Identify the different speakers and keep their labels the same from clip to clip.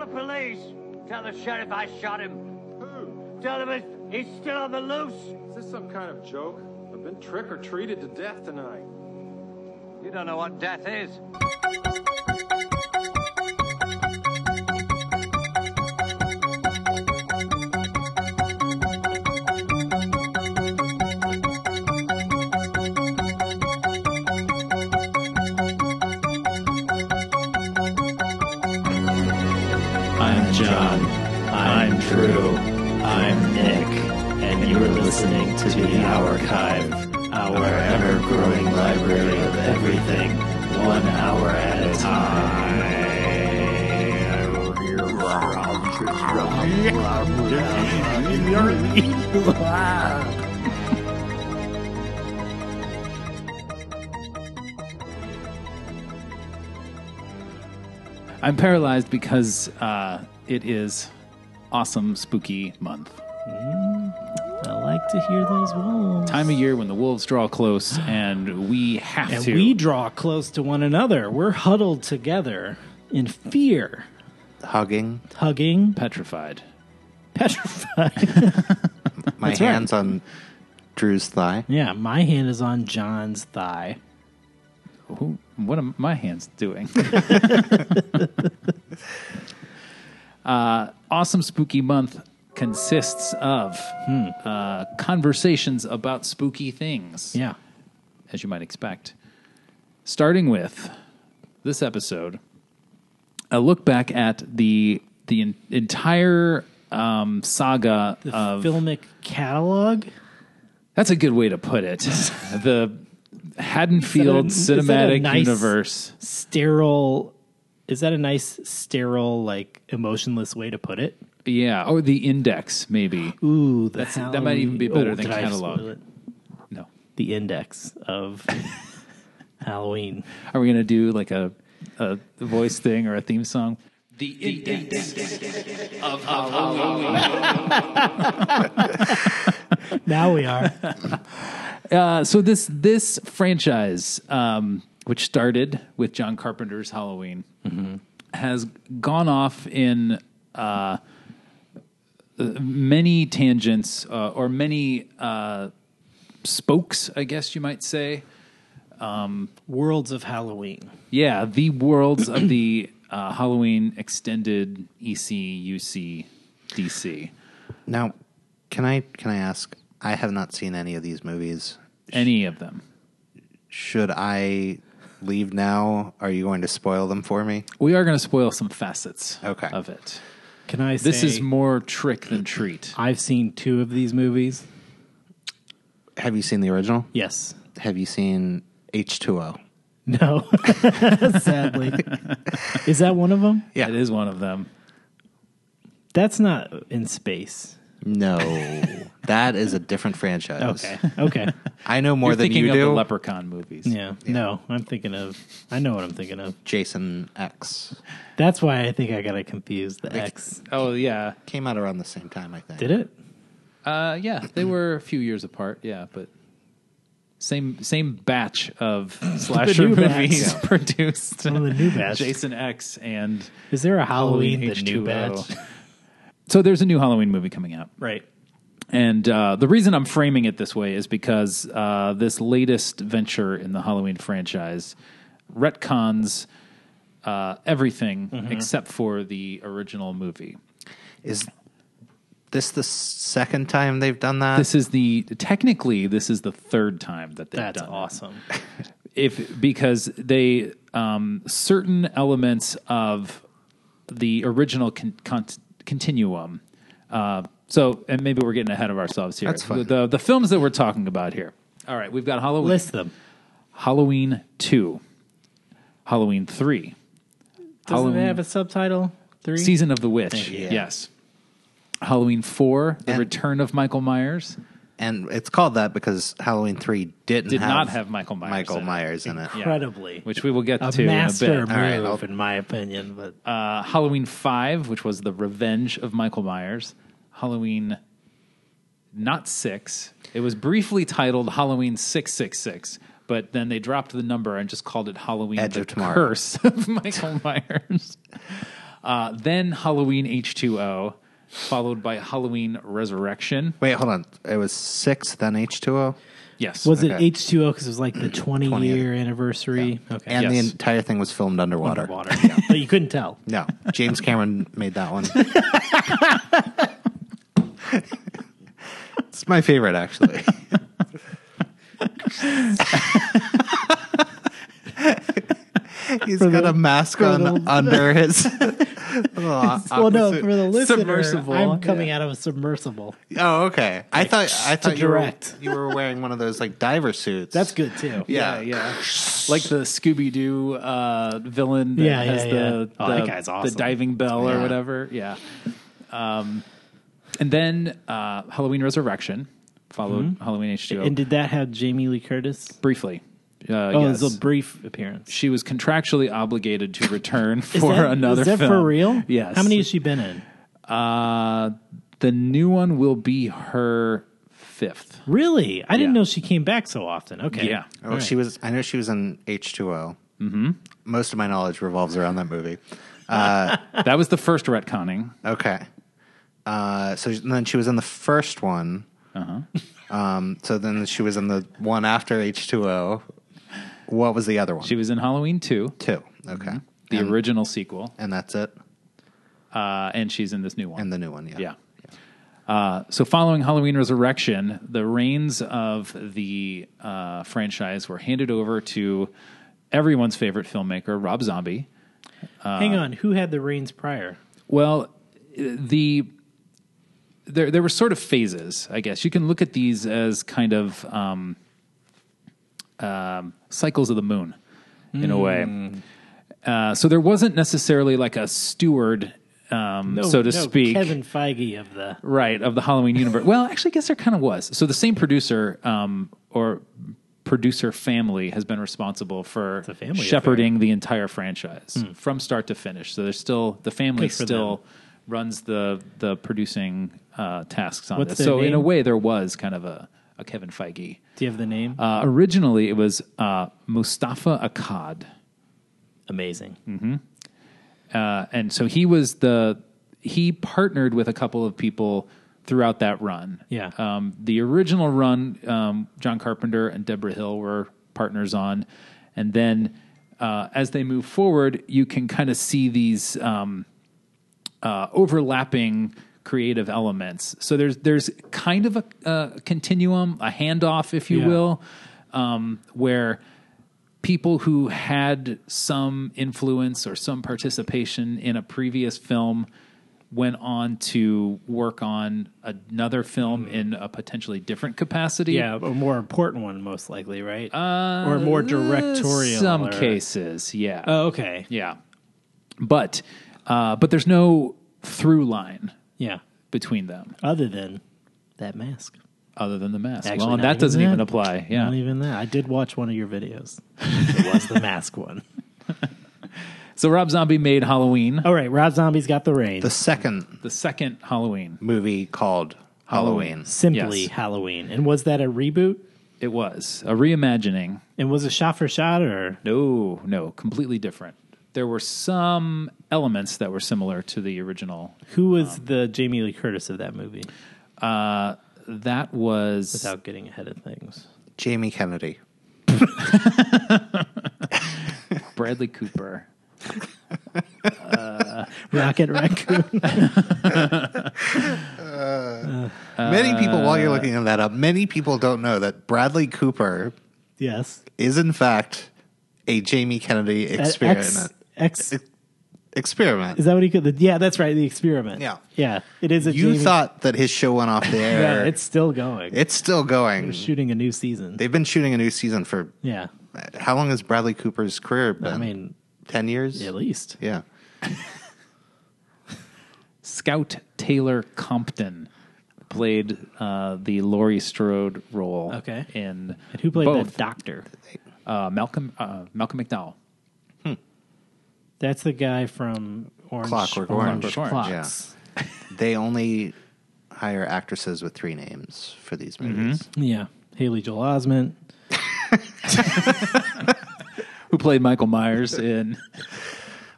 Speaker 1: the police. Tell the sheriff I shot him.
Speaker 2: Who?
Speaker 1: Tell him it's- he's still on the loose.
Speaker 2: Is this some kind of joke? I've been trick or treated to death tonight.
Speaker 1: You don't know what death is.
Speaker 3: I'm John. I'm Drew. I'm Nick. And you're listening to The Archive, our ever growing library of everything, one hour at a time.
Speaker 4: I'm paralyzed because uh, it is awesome, spooky month.
Speaker 3: I like to hear those wolves.
Speaker 4: Time of year when the wolves draw close and we have
Speaker 3: and
Speaker 4: to.
Speaker 3: we draw close to one another. We're huddled together in fear,
Speaker 5: hugging
Speaker 3: hugging,
Speaker 4: petrified.
Speaker 3: petrified.
Speaker 5: my
Speaker 3: right.
Speaker 5: hands on Drew's thigh.
Speaker 3: yeah, my hand is on John's thigh.
Speaker 4: Who, what are my hands doing? uh, awesome Spooky Month consists of
Speaker 3: Hmm.
Speaker 4: uh, conversations about spooky things,
Speaker 3: Yeah.
Speaker 4: as you might expect. Starting with this episode, a look back at the the en- entire um, saga of
Speaker 3: Filmic catalog?
Speaker 4: That's a good way to put it. the Haddonfield
Speaker 3: Is that a- is that a
Speaker 4: Cinematic
Speaker 3: nice-
Speaker 4: Universe.
Speaker 3: Sterile. Is that a nice, sterile, like emotionless way to put it?
Speaker 4: Yeah, or the index maybe.
Speaker 3: Ooh, the
Speaker 4: That's- that might even be
Speaker 3: Halloween- Oh,
Speaker 4: better than
Speaker 3: did I
Speaker 4: catalog.
Speaker 3: spoil it?
Speaker 4: No,
Speaker 3: The index of Halloween.
Speaker 4: are we gonna do like a a voice thing or a theme song? The index.
Speaker 3: Now we are.
Speaker 4: Uh, so this this franchise, um, which started with John Carpenter's Halloween, has gone off in uh, many tangents uh, or many uh, spokes, I guess you might say.
Speaker 3: Worlds of Halloween.
Speaker 4: Yeah, the worlds of the uh, Halloween extended E EC, UC, DC.
Speaker 5: Now, can I can I ask? I have not seen any of these movies.
Speaker 4: Any of them.
Speaker 5: Should I leave now? Are you going to spoil them for me?
Speaker 4: We are going to spoil some facets
Speaker 5: Okay.
Speaker 4: of it.
Speaker 3: Can I say
Speaker 4: This is more trick than treat.
Speaker 3: I've seen two of these movies.
Speaker 5: Have you seen the original?
Speaker 3: Yes.
Speaker 5: Have you seen H two O?
Speaker 3: No. Sadly. is that one of them?
Speaker 5: Yeah.
Speaker 4: It is one of them.
Speaker 3: That's not in space.
Speaker 5: No, that is a different franchise.
Speaker 3: Okay. Okay.
Speaker 5: I know more
Speaker 4: You're
Speaker 5: than
Speaker 4: thinking
Speaker 5: you
Speaker 4: of the
Speaker 5: do.
Speaker 4: Leprechaun movies.
Speaker 3: Yeah. No, I'm thinking of. I know what I'm thinking of.
Speaker 5: Jason X
Speaker 3: That's why I think I got it confused. The X.
Speaker 4: Oh yeah,
Speaker 5: came out around the same time, I think.
Speaker 3: Did it?
Speaker 4: uh, yeah. They were a few years apart. Yeah, but same same batch of slasher
Speaker 3: new batch.
Speaker 4: movies produced.
Speaker 3: One of Oh, the new batch.
Speaker 4: Jason X and
Speaker 3: Is there a Halloween, the
Speaker 4: Halloween
Speaker 3: new
Speaker 4: H2O.
Speaker 3: batch?
Speaker 4: so there's a new Halloween movie coming out.
Speaker 3: Right.
Speaker 4: And uh, the reason I'm framing it this way is because uh, this latest venture in the Halloween franchise retcons uh, everything except for the original movie.
Speaker 5: Is this the second time they've done that?
Speaker 4: This is the technically this is the third time that they've
Speaker 3: That's
Speaker 4: done it.
Speaker 3: awesome.
Speaker 4: if because they um, certain elements of the original con- con- continuum. Uh, so, and maybe we're getting ahead of ourselves here.
Speaker 5: That's fine.
Speaker 4: The, the films that we're talking about here. All right, we've got Halloween,
Speaker 3: List them.
Speaker 4: Halloween two, Halloween three,
Speaker 3: Doesn't
Speaker 4: Halloween-
Speaker 3: it have a subtitle? Three.
Speaker 4: Season of the Witch.
Speaker 5: you. Yeah.
Speaker 4: Yes. Halloween four, The
Speaker 5: And-
Speaker 4: Return of Michael Myers.
Speaker 5: and it's called that because Halloween three didn't
Speaker 4: Did
Speaker 5: have
Speaker 4: not have Michael Myers
Speaker 5: Michael
Speaker 4: in it.
Speaker 5: Myers in it.
Speaker 3: Incredibly.
Speaker 4: Which we will get
Speaker 3: a
Speaker 4: to in a
Speaker 3: master
Speaker 4: bit.
Speaker 3: move,
Speaker 5: All right, I'll-
Speaker 3: in my opinion. But
Speaker 4: uh, Halloween 5, which was the revenge of Michael Myers, Halloween not 6. It was briefly titled Halloween 666, but then they dropped the number and just called it Halloween
Speaker 5: Edge
Speaker 4: the
Speaker 5: of Tomorrow.
Speaker 4: Curse of Michael Myers. Uh, then Halloween H2O, followed by Halloween Resurrection.
Speaker 5: Wait, hold on. It was six, then H two O,
Speaker 4: Yes.
Speaker 3: Was
Speaker 5: Okay.
Speaker 3: it H2O because it was like the 20 year anniversary? Okay.
Speaker 5: and
Speaker 4: Yes.
Speaker 5: the entire thing was filmed underwater.
Speaker 4: water?
Speaker 3: but you couldn't tell.
Speaker 5: No, James Cameron made that one. it's my favorite, actually. He's got a mask on under his. oh,
Speaker 3: Well, no, for the listener,
Speaker 4: Submersible,
Speaker 3: I'm coming out of a submersible.
Speaker 5: oh, okay. I thought I thought you were,
Speaker 3: direct.
Speaker 5: you were wearing one of those like diver suits.
Speaker 3: That's good too.
Speaker 5: Yeah,
Speaker 4: yeah. Like the Scooby Doo uh, villain that
Speaker 3: Yeah, yeah,
Speaker 4: has the,
Speaker 3: yeah. Oh,
Speaker 4: the,
Speaker 3: that guy's awesome.
Speaker 4: the diving bell or
Speaker 5: Yeah.
Speaker 4: whatever. Yeah. Um, and then uh, Halloween Resurrection followed Halloween H2O
Speaker 3: Mm-hmm. And did that have Jamie Lee Curtis?
Speaker 4: briefly. Uh,
Speaker 3: Oh,
Speaker 4: yes.
Speaker 3: it was a brief appearance.
Speaker 4: she was contractually obligated to return
Speaker 3: Is
Speaker 4: for
Speaker 3: that-
Speaker 4: another
Speaker 3: Is that
Speaker 4: film.
Speaker 3: for real?
Speaker 4: Yes.
Speaker 3: How many has she been in?
Speaker 4: Uh, the new one will be her fifth.
Speaker 3: Really? I
Speaker 4: Yeah.
Speaker 3: didn't know she came back so often. Okay.
Speaker 4: Yeah.
Speaker 5: Oh, she was. I know she was in H two O. Most of my knowledge revolves around that movie.
Speaker 4: That was the first retconning.
Speaker 5: Okay. Uh, so then she was in the first one. Um, so then she was in the one after H2O. What was the other one?
Speaker 4: She was in Halloween 2,
Speaker 5: Two. Okay.
Speaker 4: the
Speaker 5: and,
Speaker 4: original sequel,
Speaker 5: and that's it.
Speaker 4: uh, and she's in this new one.
Speaker 5: And the new one. Yeah.
Speaker 4: yeah. Uh, so following Halloween Resurrection, the reins of the uh, franchise were handed over to everyone's favorite filmmaker, Rob Zombie. Uh,
Speaker 3: Hang on. Who had the reins prior?
Speaker 4: Well, the there there were sort of phases, I guess. You can look at these as kind of um, um, cycles of the moon, in a
Speaker 3: Hmm.
Speaker 4: way. Uh, so there wasn't necessarily like a steward, um, so to
Speaker 3: Oh, no,
Speaker 4: speak,
Speaker 3: Kevin Feige of the.
Speaker 4: right of the Halloween universe. well, actually, I guess there kind of was. So the same producer um, or producer family has been responsible for
Speaker 3: a family Hmm.
Speaker 4: shepherding the entire franchise from start to finish. So there's still the family
Speaker 3: Good for
Speaker 4: still runs the the producing uh, tasks on
Speaker 3: What's
Speaker 4: this.
Speaker 3: their
Speaker 4: So in a
Speaker 3: name?
Speaker 4: way, there was kind of a, a Kevin Feige.
Speaker 3: Do you have the name?
Speaker 4: Uh, originally, it was uh, Mustafa Akkad.
Speaker 3: Amazing.
Speaker 4: Uh, and so he was the he partnered with a couple of people throughout that run.
Speaker 3: Yeah.
Speaker 4: Um, the original run, um, John Carpenter and Deborah Hill were partners on, and then uh, as they move forward, you can kind of see these um, uh, overlapping creative elements. So there's there's kind of a, a continuum, a handoff, if you
Speaker 3: Yeah.
Speaker 4: will, um, where people who had some influence or some participation in a previous film went on to work on another film in a potentially different capacity.
Speaker 3: Yeah, a more important one, most likely, right? Uh, or more directorial.
Speaker 4: Some
Speaker 3: or-
Speaker 4: cases, yeah.
Speaker 3: Oh, okay.
Speaker 4: Yeah. But uh, but there's no through line
Speaker 3: Yeah.
Speaker 4: between them
Speaker 3: Other than that mask.
Speaker 4: other than the mask.
Speaker 3: Actually,
Speaker 4: well, and
Speaker 3: not
Speaker 4: that doesn't even
Speaker 3: that.
Speaker 4: apply. Yeah.
Speaker 3: Not even that. I did watch one of your videos. It was the mask one.
Speaker 4: So Rob Zombie made Halloween,
Speaker 3: All right, Rob Zombie's got the reins.
Speaker 5: The second
Speaker 4: the second Halloween.
Speaker 5: movie called Halloween.
Speaker 3: Simply
Speaker 4: yes.
Speaker 3: Halloween. And was that a reboot?
Speaker 4: It was a reimagining.
Speaker 3: And was it shot for shot or
Speaker 4: No, no, completely different. There were some elements that were similar to the original.
Speaker 3: who was the Jamie Lee Curtis of that movie?
Speaker 4: Uh, that was
Speaker 3: Without getting ahead of things.
Speaker 5: Jamie Kennedy.
Speaker 4: Bradley Cooper.
Speaker 3: Rocket Raccoon.
Speaker 5: many people, while
Speaker 3: Uh.
Speaker 5: you're looking that up, many people don't know that Bradley Cooper
Speaker 3: yes.
Speaker 5: is, in fact, a Jamie Kennedy
Speaker 3: That
Speaker 5: experiment.
Speaker 3: X, X,
Speaker 5: experiment.
Speaker 3: is that what he could? Yeah, that's right. The experiment.
Speaker 5: Yeah.
Speaker 3: Yeah. It is a
Speaker 5: you
Speaker 3: Jamie-
Speaker 5: thought that his show went off the air.
Speaker 3: Yeah, it's still going.
Speaker 5: It's still going.
Speaker 3: shooting a new season.
Speaker 5: They've been shooting a new season for
Speaker 3: yeah.
Speaker 5: how long has Bradley Cooper's career been?
Speaker 3: I mean,
Speaker 5: ten years.
Speaker 3: at least.
Speaker 5: Yeah.
Speaker 4: Scout Taylor Compton played uh, the Laurie Strode role.
Speaker 3: Okay.
Speaker 4: in
Speaker 3: And who played
Speaker 4: both,
Speaker 3: the doctor?
Speaker 4: uh, Malcolm uh, Malcolm McDowell.
Speaker 3: That's the guy from Orange
Speaker 5: Clockwork Orange.
Speaker 4: Clockwork Orange,
Speaker 3: Clocks.
Speaker 5: They only hire actresses with three names for these movies.
Speaker 3: Yeah. Haley Joel Osment.
Speaker 4: who played Michael Myers in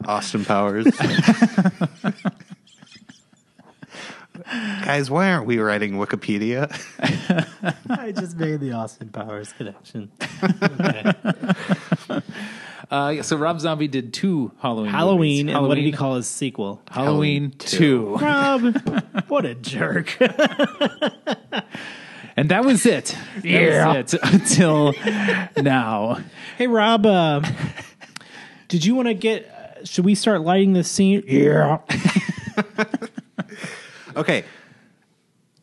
Speaker 5: Austin Powers. Guys, why aren't we writing Wikipedia?
Speaker 3: I just made the Austin Powers connection.
Speaker 4: Uh, yeah, so Rob Zombie did two Halloween.
Speaker 3: Halloween,
Speaker 4: movies.
Speaker 3: and what did he call his sequel?
Speaker 4: Halloween two.
Speaker 3: Rob, what a jerk.
Speaker 4: And that was it. That
Speaker 3: Yeah.
Speaker 4: was it until now.
Speaker 3: hey, Rob, uh, did you want to get. Uh, should we start lighting the scene? Yeah.
Speaker 5: Okay.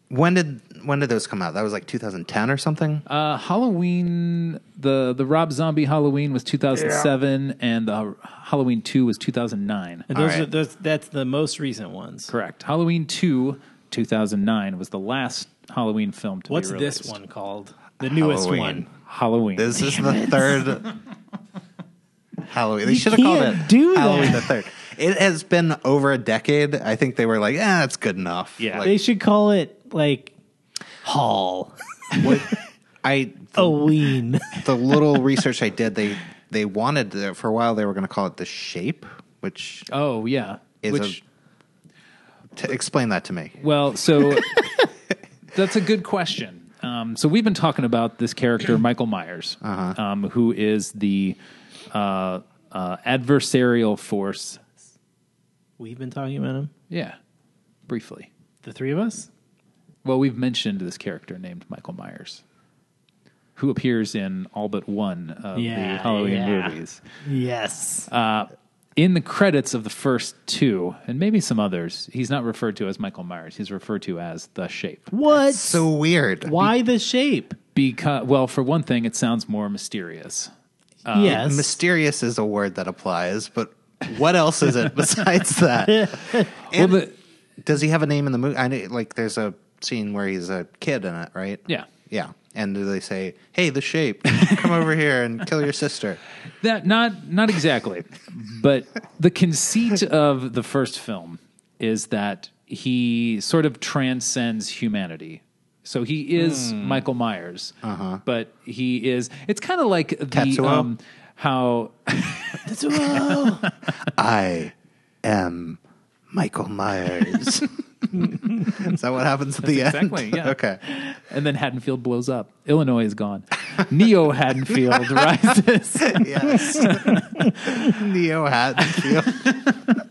Speaker 5: When did when did those come out? That was like 2010 or something.
Speaker 4: Uh, Halloween, the, the Rob Zombie Halloween was 2007, and the Halloween 2 was 2009.
Speaker 3: And those
Speaker 5: All right.
Speaker 3: are those, that's the most recent ones.
Speaker 4: Correct. Halloween 2, 2009, was the last Halloween film to
Speaker 3: What's
Speaker 4: be
Speaker 3: this
Speaker 4: released.
Speaker 3: one called? The newest
Speaker 5: Halloween.
Speaker 3: one.
Speaker 4: Halloween.
Speaker 5: This is the third Halloween. They should have called
Speaker 3: can't
Speaker 5: it
Speaker 3: do
Speaker 5: Halloween
Speaker 3: that.
Speaker 5: the third. It has been over a decade. I think they were like, "Ah, it's good enough."
Speaker 4: Yeah.
Speaker 5: Like,
Speaker 3: They should call it like Hall.
Speaker 5: what, I
Speaker 3: Halloween.
Speaker 5: the little research I did, they they wanted to, for a while they were going to call it the shape, which
Speaker 4: Oh, yeah.
Speaker 5: is
Speaker 4: Which,
Speaker 5: a, to explain that to me.
Speaker 4: well, so that's a good question. Um, so we've been talking about this character, Michael Myers,
Speaker 5: Uh-huh.
Speaker 4: um, who is the uh, uh, adversarial force.
Speaker 3: We've been talking about him.
Speaker 4: Yeah, briefly.
Speaker 3: The three of us?
Speaker 4: Well, we've mentioned this character named Michael Myers, who appears in all but one of
Speaker 3: Yeah,
Speaker 4: the Halloween
Speaker 3: yeah.
Speaker 4: movies.
Speaker 3: Yes.
Speaker 4: In the credits of the first two, and maybe some others, he's not referred to as Michael Myers. He's referred to as the Shape.
Speaker 3: what?
Speaker 5: So weird.
Speaker 3: Why the shape?
Speaker 4: Because, well, for one thing, it sounds more mysterious.
Speaker 3: yes.
Speaker 5: Mysterious is a word that applies, but what else is it besides that? And
Speaker 4: well, the,
Speaker 5: does he have a name in the movie? I know, like there's a scene where he's a kid in it, right?
Speaker 4: yeah,
Speaker 5: Yeah. And do they say, "Hey, the shape, come over here and kill your sister"?
Speaker 4: that not not exactly, but the conceit of the first film is that he sort of transcends humanity. So he is Michael Myers, but he is. It's kind of like the
Speaker 5: Tetsuo?
Speaker 4: um, how
Speaker 5: I am Michael Myers. is that what happens at the end?
Speaker 4: Exactly, yeah.
Speaker 5: okay.
Speaker 4: and then Haddonfield blows up. Illinois is gone. Neo Haddonfield rises.
Speaker 5: Yes. Neo Hatfield.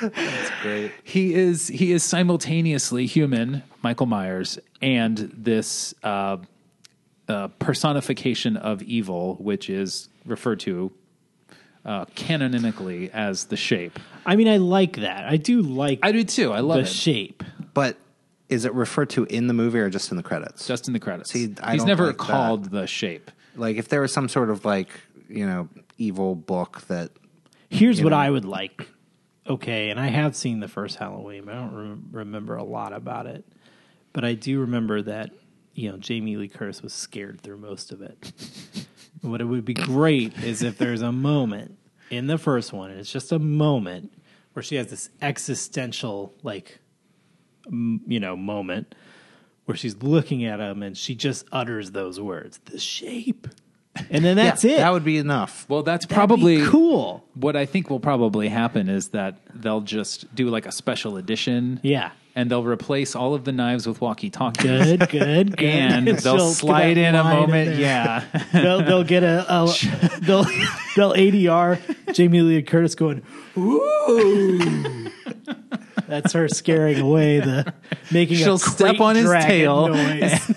Speaker 5: That's great.
Speaker 4: he is he is simultaneously human, Michael Myers, and this uh, uh, personification of evil, which is referred to uh, canonically as the shape.
Speaker 3: I mean, I like that. I do like
Speaker 4: I do too. I love
Speaker 3: the
Speaker 4: it.
Speaker 3: shape.
Speaker 5: But is it referred to in the movie or just in the credits?
Speaker 4: Just in the credits,
Speaker 5: See, I
Speaker 4: he's
Speaker 5: don't
Speaker 4: never
Speaker 5: like that.
Speaker 4: called the shape.
Speaker 5: like if there was some sort of like, you know, evil book that
Speaker 3: Here's what I would like. Okay, and I have seen the first Halloween, but I don't rem remember a lot about it. But I do remember that you know Jamie Lee Curtis was scared through most of it. what it would be great is if there's a moment in the first one, and it's just a moment where she has this existential like m- you know moment where she's looking at him and she just utters those words, "The shape," and then that's
Speaker 5: Yeah,
Speaker 3: it.
Speaker 5: That would be enough.
Speaker 4: Well, that's
Speaker 3: That'd be
Speaker 4: probably
Speaker 3: cool.
Speaker 4: what I think will probably happen is that they'll just do like a special edition,
Speaker 3: Yeah.
Speaker 4: and they'll replace all of the knives with walkie-talkies.
Speaker 3: Good, good, good.
Speaker 4: And they'll
Speaker 3: She'll
Speaker 4: slide
Speaker 3: get
Speaker 4: in a
Speaker 3: line
Speaker 4: moment,
Speaker 3: there.
Speaker 4: yeah.
Speaker 3: They'll, they'll get a, a they'll they'll ADR Jamie Lee Curtis going, ooh. That's her scaring away the making.
Speaker 4: She'll
Speaker 3: a
Speaker 4: step
Speaker 3: crate
Speaker 4: on his
Speaker 3: dragon
Speaker 4: tail.
Speaker 3: Noise.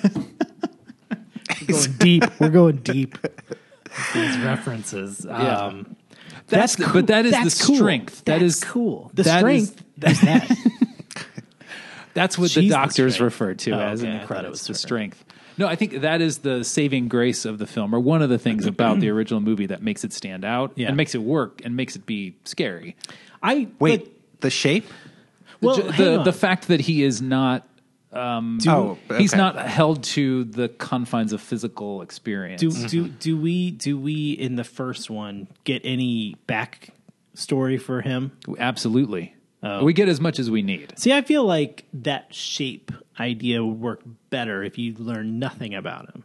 Speaker 3: We're going deep. We're going deep. with These references. Um,
Speaker 4: That's, the- but that is
Speaker 3: That's
Speaker 4: the
Speaker 3: cool.
Speaker 4: strength. That
Speaker 3: That's
Speaker 4: is
Speaker 3: cool. The
Speaker 4: that is-
Speaker 3: strength. Is, that.
Speaker 4: That's what
Speaker 3: She's
Speaker 4: the
Speaker 3: the
Speaker 4: doctors
Speaker 3: strength.
Speaker 4: refer to
Speaker 3: Oh,
Speaker 4: as
Speaker 3: okay.
Speaker 4: in
Speaker 3: I
Speaker 4: the
Speaker 3: thought it
Speaker 4: credits,
Speaker 3: was
Speaker 4: the
Speaker 3: strength.
Speaker 4: strength. No, I think that is the saving grace of the film, or one of the things about the original movie that makes it stand out
Speaker 3: Yeah.
Speaker 4: and makes it work and makes it be scary.
Speaker 3: I
Speaker 5: Wait,
Speaker 3: but-
Speaker 5: the shape?
Speaker 3: well,
Speaker 4: Ju-
Speaker 3: hang
Speaker 4: the,
Speaker 3: on.
Speaker 4: the fact that he is not
Speaker 5: oh,
Speaker 4: he's
Speaker 5: okay.
Speaker 4: not held to the confines of physical experience.
Speaker 3: Do do do we do we in the first one get any back story for him?
Speaker 4: Absolutely,
Speaker 3: Oh.
Speaker 4: we get as much as we need.
Speaker 3: See, I feel like that shape idea would work better if you learn nothing about him.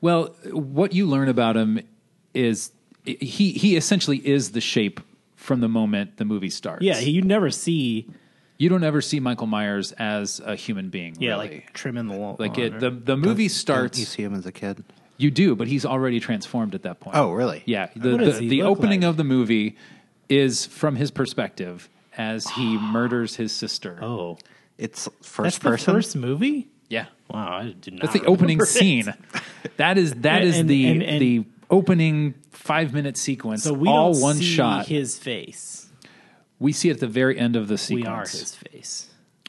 Speaker 4: Well, what you learn about him is he he essentially is the shape from the moment the movie starts.
Speaker 3: Yeah, you never see
Speaker 4: you don't ever see Michael Myers as a human being.
Speaker 3: yeah
Speaker 4: really.
Speaker 3: like oh, trimming the lawn.
Speaker 4: like it,
Speaker 3: or-
Speaker 4: the the movie starts.
Speaker 5: You see him as a kid.
Speaker 4: You do, but he's already transformed at that point.
Speaker 5: Oh, really?
Speaker 4: Yeah. The,
Speaker 3: What
Speaker 4: the,
Speaker 3: does he
Speaker 4: the
Speaker 3: look
Speaker 4: opening
Speaker 3: like?
Speaker 4: of the movie is from his perspective as he murders his sister.
Speaker 3: oh,
Speaker 5: It's
Speaker 3: that's
Speaker 5: first
Speaker 3: the
Speaker 5: person.
Speaker 3: first movie.
Speaker 4: Yeah.
Speaker 3: Wow, I did not.
Speaker 4: That's the opening
Speaker 3: remember it.
Speaker 4: scene. That is that is
Speaker 3: And-
Speaker 4: the
Speaker 3: and- and-
Speaker 4: the opening 5 minute sequence
Speaker 3: So we
Speaker 4: all
Speaker 3: don't
Speaker 4: one
Speaker 3: see
Speaker 4: shot.
Speaker 3: His face.
Speaker 4: we see it at the very end of the
Speaker 3: We
Speaker 4: sequence.
Speaker 3: are his face.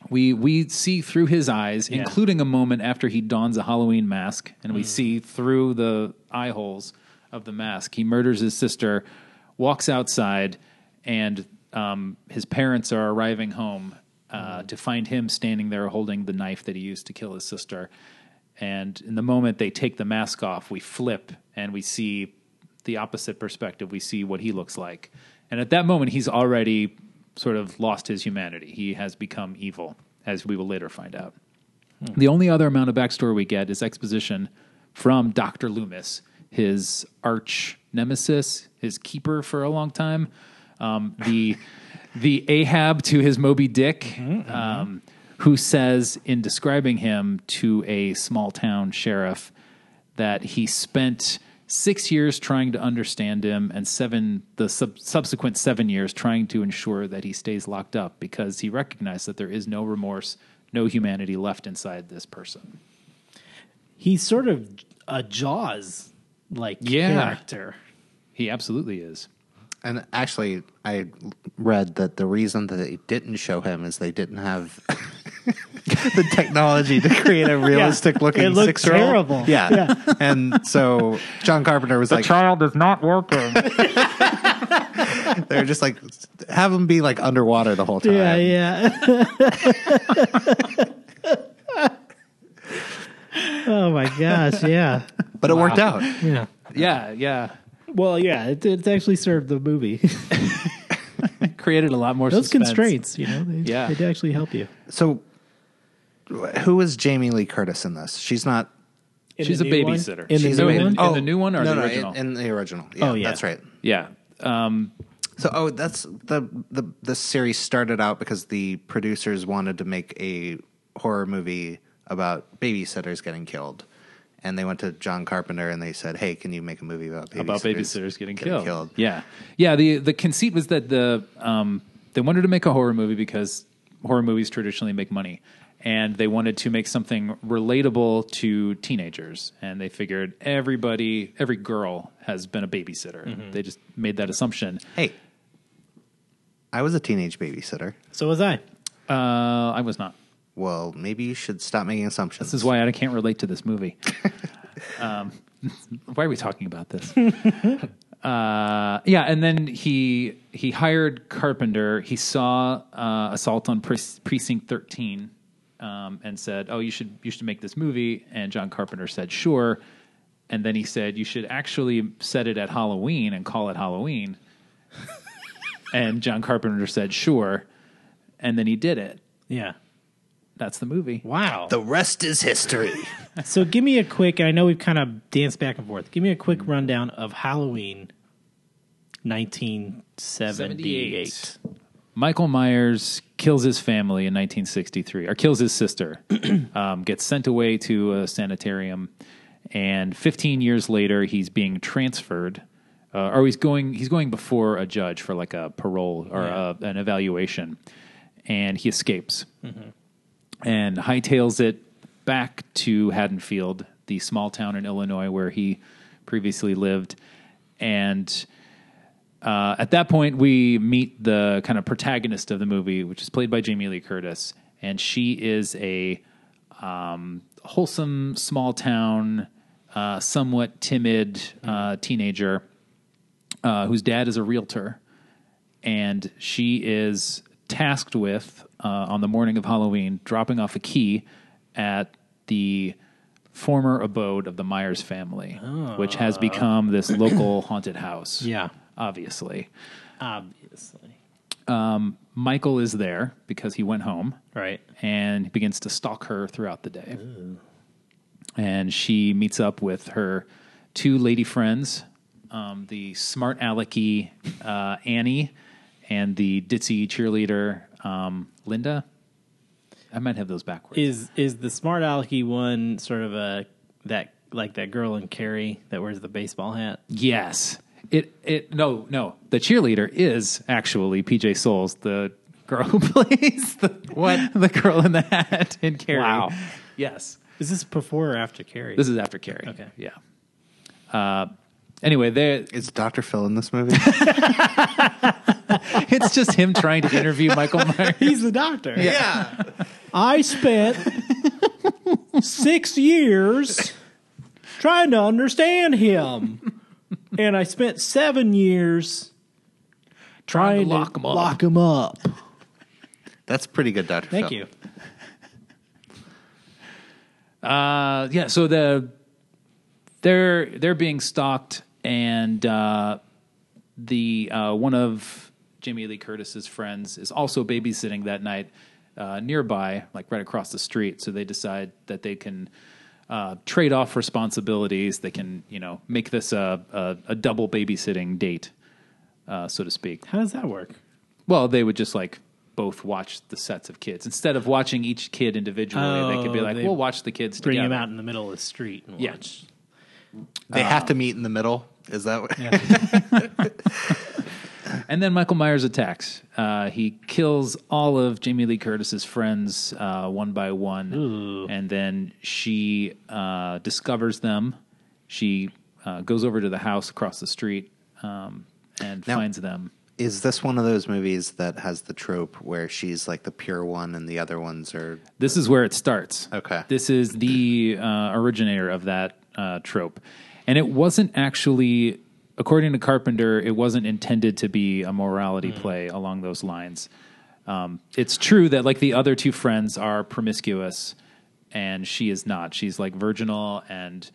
Speaker 4: we we see through his eyes,
Speaker 3: Yeah. Mm.
Speaker 4: including a moment after he dons a Halloween mask, and we see through the eye holes of the mask. He murders his sister, walks outside, and um, his parents are arriving home
Speaker 3: Mm.
Speaker 4: uh, to find him standing there holding the knife that he used to kill his sister. And in the moment they take the mask off, we flip and we see the opposite perspective. We see what he looks like. And at that moment, he's already sort of lost his humanity. He has become evil, as we will later find out. The only other amount of backstory we get is exposition from Dr. Loomis, his arch nemesis, his keeper for a long time, um, the, the Ahab to his Moby Dick, um, who says in describing him to a small town sheriff that he spent six years trying to understand him and seven the sub- subsequent seven years trying to ensure that he stays locked up because he recognized that there is no remorse no humanity left inside this person
Speaker 3: He's sort of a Jaws like
Speaker 4: Yeah.
Speaker 3: character.
Speaker 4: he absolutely is
Speaker 5: And actually, I read that the reason that they didn't show him is they didn't have the technology to create a realistic looking
Speaker 3: It looked
Speaker 5: six year old.
Speaker 3: terrible.
Speaker 5: Yeah. And so John Carpenter was like,
Speaker 6: child is not working.
Speaker 5: they're just like, have him be like underwater the whole time.
Speaker 3: yeah. oh my gosh, yeah.
Speaker 5: But it worked out.
Speaker 3: Yeah.
Speaker 4: yeah yeah
Speaker 3: Well, yeah, it, it actually served the movie.
Speaker 4: created a lot more
Speaker 3: Those
Speaker 4: suspense.
Speaker 3: constraints, you know, they,
Speaker 4: Yeah.
Speaker 3: they'd actually help you.
Speaker 5: So, who is Jamie Lee Curtis in this? She's not. Oh,
Speaker 4: she's a
Speaker 3: new one?
Speaker 4: babysitter
Speaker 3: In the
Speaker 4: She's
Speaker 3: new
Speaker 4: a- in-
Speaker 3: one?
Speaker 4: in the new one or
Speaker 5: no,
Speaker 4: the
Speaker 5: no,
Speaker 4: original
Speaker 5: In, in the original. Yeah,
Speaker 3: Oh, yeah.
Speaker 5: That's right.
Speaker 4: yeah um
Speaker 5: So, oh, that's the the the series started out because the producers wanted to make a horror movie about babysitters getting killed, and they went to John Carpenter and they said, "Hey, can you make a movie about babysitters
Speaker 4: about babysitters getting, killed.
Speaker 5: killed?"
Speaker 4: Yeah, yeah. The the conceit was that the um, they wanted to make a horror movie because horror movies traditionally make money, and they wanted to make something relatable to teenagers. And they figured everybody, every girl has been a babysitter. They just made that assumption.
Speaker 5: Hey, I was a teenage babysitter.
Speaker 3: So was I.
Speaker 4: Uh, I was not.
Speaker 5: Well, maybe you should stop making assumptions.
Speaker 4: This is why I can't relate to this movie. um, why are we talking about this? uh, yeah, and then he he hired Carpenter. He saw uh, Assault on Pre- Precinct Thirteen um, and said, "Oh, you should you should make this movie." And John Carpenter said, "Sure." And then he said, "You should actually set it at Halloween and call it Halloween." and John Carpenter said, "Sure." And then he did it.
Speaker 3: Yeah.
Speaker 4: That's the movie.
Speaker 3: Wow.
Speaker 5: the rest is history.
Speaker 3: so give me a quick, I know we've kind of danced back and forth. Give me a quick rundown of Halloween 1978.
Speaker 4: Michael Myers kills his family in 1963, or kills his sister, um, gets sent away to a sanitarium, and 15 years later, he's being transferred, uh, or he's going he's going before a judge for like a parole or
Speaker 3: Yeah.
Speaker 4: a, an evaluation, and he escapes and hightails it back to Haddonfield, the small town in Illinois where he previously lived, and. Uh, at that point, we meet the kind of protagonist of the movie, which is played by Jamie Lee Curtis, and she is a um, wholesome, small town, uh, somewhat timid uh, teenager uh, whose dad is a realtor, and she is tasked with uh, on the morning of Halloween dropping off a key at the former abode of the Myers family, which has become this local haunted house
Speaker 3: Yeah.
Speaker 4: obviously.
Speaker 3: Obviously.
Speaker 4: Michael is there because he went home
Speaker 3: Right.
Speaker 4: and he begins to stalk her throughout the day. And she meets up with her two lady friends, um, the smart alecky uh, Annie and the ditzy cheerleader um, Linda. I might have those backwards.
Speaker 3: Is is the smart alecky one sort of a that like that girl in Carrie that wears the baseball hat?
Speaker 4: yes. It it no no. The cheerleader is actually PJ Souls, the girl who plays the
Speaker 5: What?
Speaker 4: the girl in the hat in Carrie.
Speaker 3: Wow.
Speaker 4: Yes.
Speaker 3: Is this before or after Carrie?
Speaker 4: This is after Carrie.
Speaker 3: Okay.
Speaker 4: Yeah. Uh, anyway, there
Speaker 5: Is Dr. Phil in this movie?
Speaker 4: it's just him trying to interview Michael Myers.
Speaker 3: He's the doctor.
Speaker 5: yeah.
Speaker 3: I spent six years trying to understand him, and I spent seven years trying,
Speaker 4: to lock him up.
Speaker 3: Lock him up.
Speaker 5: That's pretty good, Dr. Phil.
Speaker 3: Thank you.
Speaker 4: Uh, yeah, so the they're they're being stalked, and uh, the uh, one of Jamie Lee Curtis's friends is also babysitting that night uh, nearby, like right across the street. So they decide that they can uh, trade off responsibilities. They can you know make this a a, a double babysitting date, uh, so to speak.
Speaker 3: How does that work?
Speaker 4: Well, they would just like both watch the sets of kids instead of watching each kid individually. they could be
Speaker 3: Oh,
Speaker 4: like,
Speaker 3: they
Speaker 4: "We'll watch the kids
Speaker 3: Bring him
Speaker 4: together."
Speaker 3: out in the middle of the street and
Speaker 4: Yeah.
Speaker 3: watch.
Speaker 5: They have
Speaker 3: Um,
Speaker 5: to meet in the middle. Is that what?
Speaker 4: And then Michael Myers attacks. Uh, he kills all of Jamie Lee Curtis's friends uh, one by one, and then she uh, discovers them. She uh, goes over to the house across the street um, and
Speaker 5: Now-
Speaker 4: finds them.
Speaker 5: Is this one of those movies that has the trope where she's like the pure one and the other ones are
Speaker 4: This is where it starts.
Speaker 5: Okay.
Speaker 4: This is the uh, originator of that uh, trope. And it wasn't actually, according to Carpenter, it wasn't intended to be a morality play along those lines. Um, it's true that, like, the other two friends are promiscuous and she is not. She's, like, virginal and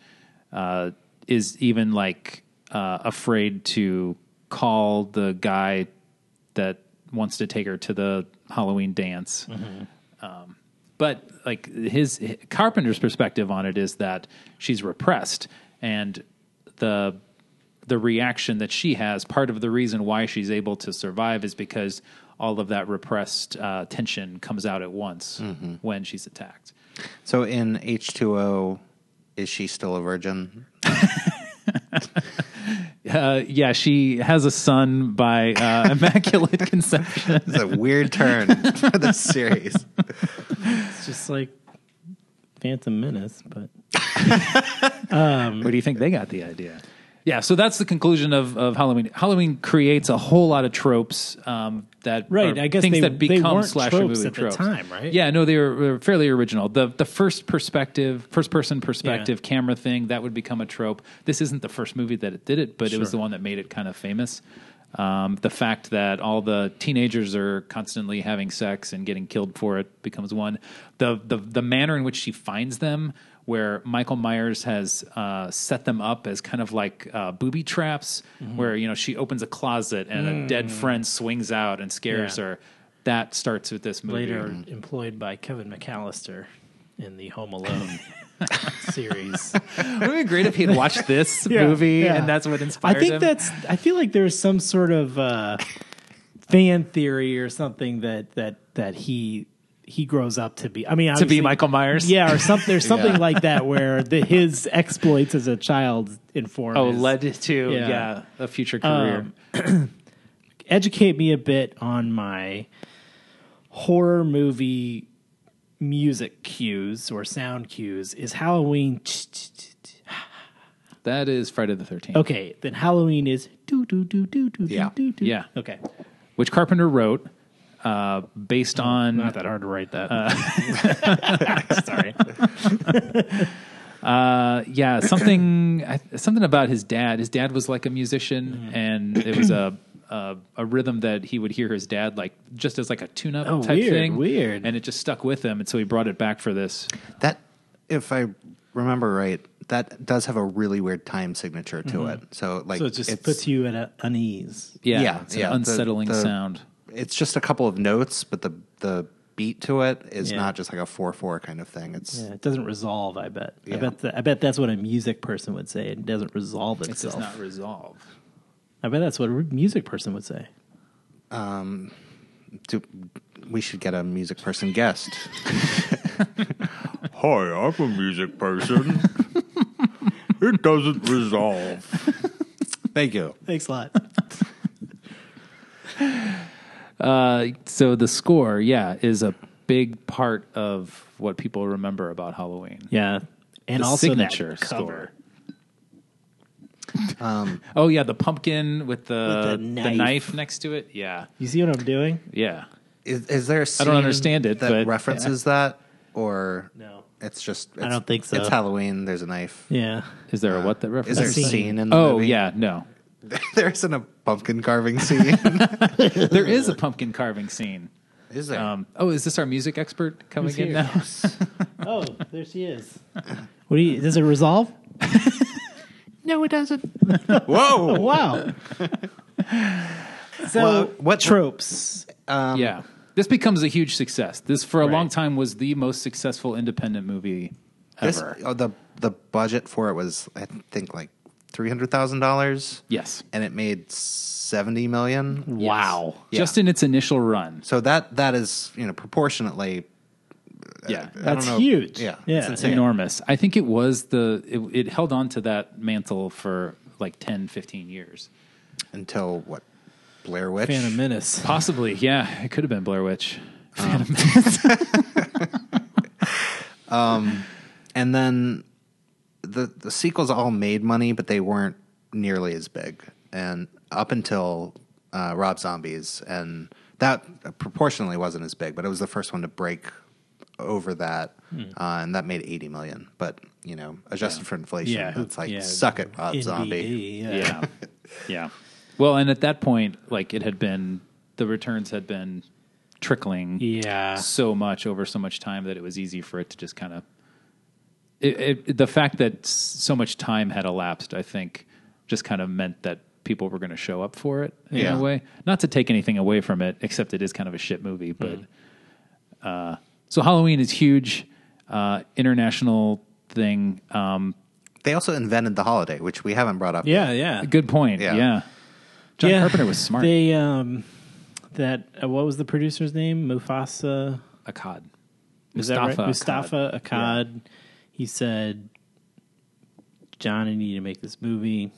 Speaker 4: uh, is even, like, uh, afraid to call the guy that wants to take her to the Halloween dance but like his, Carpenter's perspective on it is that she's repressed, and the the reaction that she has, part of the reason why she's able to survive, is because all of that repressed uh, tension comes out at once when she's attacked.
Speaker 5: So in H2O, is she still a virgin?
Speaker 4: Uh, yeah, she has a son by uh, immaculate conception.
Speaker 5: It's a weird turn for this series.
Speaker 3: It's just like Phantom Menace, but
Speaker 4: Where do you think they got the idea? Yeah, so that's the conclusion of, of Halloween. Halloween creates a whole lot of tropes um, that
Speaker 3: Right,
Speaker 4: are
Speaker 3: I guess
Speaker 4: things
Speaker 3: they-
Speaker 4: that
Speaker 3: they
Speaker 4: become
Speaker 3: weren't
Speaker 4: slasher
Speaker 3: tropes
Speaker 4: movie
Speaker 3: at the
Speaker 4: tropes.
Speaker 3: time, right?
Speaker 4: Yeah, no, they were, they were fairly original. the The first perspective, first person perspective camera thing that would become a trope. This isn't the first movie that it did it, but it was
Speaker 3: Sure.
Speaker 4: the one that made it kind of famous. Um, the fact that all the teenagers are constantly having sex and getting killed for it becomes one. The the the manner in which she finds them, where Michael Myers has uh, set them up as kind of like uh, booby traps,
Speaker 3: Mm-hmm.
Speaker 4: where you know she opens a closet and a dead friend swings out and scares
Speaker 3: Mm. Yeah.
Speaker 4: her. That starts with this movie.
Speaker 3: later employed by Kevin McAllister in the Home Alone series.
Speaker 4: Wouldn't it be great if he had watched this movie
Speaker 3: yeah.
Speaker 4: and that's what inspired
Speaker 3: I think
Speaker 4: him?
Speaker 3: that's. I feel like there's some sort of uh, fan theory or something that that that he he grows up to be. I mean,
Speaker 4: to be
Speaker 3: obviously-
Speaker 4: Michael Myers.
Speaker 3: Yeah, or something. There's something
Speaker 5: Yeah.
Speaker 3: like that where the, his exploits as a child inform.
Speaker 4: Oh,
Speaker 3: his-
Speaker 4: led to yeah.
Speaker 3: Yeah. Um,
Speaker 4: a future career.
Speaker 3: educate me a bit on my horror movie music cues or sound cues. Is Halloween?
Speaker 4: that is Friday the Thirteenth,
Speaker 3: Okay, then Halloween is do do do do do
Speaker 5: Yeah.
Speaker 3: do do.
Speaker 4: Yeah.
Speaker 3: Okay.
Speaker 4: which Carpenter wrote uh, based on
Speaker 3: Not that hard to write that. Uh, Sorry.
Speaker 4: yeah something I- something about his dad. His dad was like a musician,
Speaker 3: Mm-hmm.
Speaker 4: and it was a, a a rhythm that he would hear his dad like just as like a tune-up
Speaker 3: Oh,
Speaker 4: type
Speaker 3: weird,
Speaker 4: thing.
Speaker 3: weird.
Speaker 4: and it just stuck with him, and so he brought it back for this.
Speaker 5: That, if I remember right, that does have a really weird time signature to it. So
Speaker 3: Mm-hmm.
Speaker 5: like,
Speaker 3: So it just
Speaker 5: it's,
Speaker 3: puts you at a, an ease.
Speaker 4: Yeah,
Speaker 5: Yeah,
Speaker 4: it's an
Speaker 5: yeah, the-
Speaker 4: unsettling
Speaker 5: the-
Speaker 4: sound.
Speaker 5: It's just a couple of notes, but the the beat to it is
Speaker 3: Yeah.
Speaker 5: not just like a four four kind of thing. It's
Speaker 3: Yeah, it doesn't resolve. I bet.
Speaker 5: Yeah.
Speaker 3: I bet. That, I bet that's what a music person would say. It doesn't resolve
Speaker 4: It does
Speaker 3: itself.
Speaker 4: not resolve.
Speaker 3: I bet that's what a music person would say.
Speaker 5: Do, we should get a music person guest. Hi, I'm a music person. it doesn't resolve. Thank you.
Speaker 3: Thanks a lot.
Speaker 4: Uh, so the score, yeah, is a big part of what people remember about Halloween.
Speaker 3: yeah, and
Speaker 4: The
Speaker 3: also
Speaker 4: signature
Speaker 3: that cover.
Speaker 4: Oh yeah, the pumpkin with the
Speaker 3: With
Speaker 4: the
Speaker 3: the
Speaker 4: knife.
Speaker 3: knife.
Speaker 4: next to it. Yeah,
Speaker 3: You see what I'm doing?
Speaker 4: yeah.
Speaker 5: Is, is there a scene
Speaker 4: understand it,
Speaker 5: that
Speaker 4: but-
Speaker 5: references that or
Speaker 3: No.
Speaker 5: It's just it's,
Speaker 3: don't think so.
Speaker 5: It's Halloween. There's a knife.
Speaker 3: Yeah.
Speaker 4: Is there a what that
Speaker 5: Is
Speaker 4: reference?
Speaker 5: there a
Speaker 3: A scene.
Speaker 5: scene, in the
Speaker 4: oh
Speaker 5: movie?
Speaker 4: yeah, no.
Speaker 5: there isn't a pumpkin carving scene.
Speaker 4: There is a pumpkin carving scene.
Speaker 5: is there?
Speaker 4: Um, oh, is this our music expert coming
Speaker 3: Who's
Speaker 4: in
Speaker 3: here?
Speaker 4: now?
Speaker 3: Oh, there she is. What do you? Does it resolve?
Speaker 5: no, it doesn't. Whoa!
Speaker 3: Wow. so
Speaker 5: Well, what-
Speaker 3: what tropes?
Speaker 4: yeah, this becomes a huge success. This for a long
Speaker 3: Right.
Speaker 4: time was the most successful independent movie
Speaker 5: This,
Speaker 4: ever.
Speaker 5: oh, the the budget for it was I think like three hundred thousand dollars,
Speaker 4: yes.
Speaker 5: and it made seventy million.
Speaker 4: Wow.
Speaker 5: Yeah.
Speaker 4: Just in its initial run.
Speaker 5: So that that is you know proportionately.
Speaker 4: Yeah.
Speaker 5: I don't
Speaker 3: That's
Speaker 5: know.
Speaker 3: huge.
Speaker 5: Yeah,
Speaker 3: Yeah.
Speaker 5: it's insane.
Speaker 4: enormous. I think it was the it, it held on to that mantle for like 10, 15 years.
Speaker 5: Until what? Blair Witch.
Speaker 3: Phantom Menace.
Speaker 4: Possibly, yeah. It could have been Blair Witch.
Speaker 5: and then the the sequels all made money, but they weren't nearly as big. And up until uh, Rob Zombies, and that proportionally wasn't as big, but it was the first one to break over that, uh, and that made eighty million. But you know, adjusted for inflation,
Speaker 3: Hmm. Yeah, who-
Speaker 5: it's like
Speaker 3: yeah,
Speaker 5: suck it, Rob Zombie.
Speaker 3: NBD, yeah.
Speaker 4: Yeah. yeah. Well, and at that point, like it had been the returns had been trickling
Speaker 3: Yeah.
Speaker 4: so much over so much time that it was easy for it to just kind of it, it, the fact that s- so much time had elapsed, I think, just kind of meant that people were going to show up for it in
Speaker 5: Yeah.
Speaker 4: a way. Not to take anything away from it, except it is kind of a shit movie. But uh, so Halloween is huge, uh, international thing. Um,
Speaker 5: They also invented the holiday, which we haven't brought up.
Speaker 3: Yeah. Yeah.
Speaker 4: good point. Yeah.
Speaker 5: Yeah.
Speaker 4: John
Speaker 3: Yeah.
Speaker 4: Carpenter was smart.
Speaker 3: They um, that uh, what was the producer's name? Mufasa.
Speaker 4: a cod.
Speaker 3: Is that right?
Speaker 4: Mustafa Akkad.
Speaker 3: Mustafa Akkad. He said, "John, I need you to make this movie.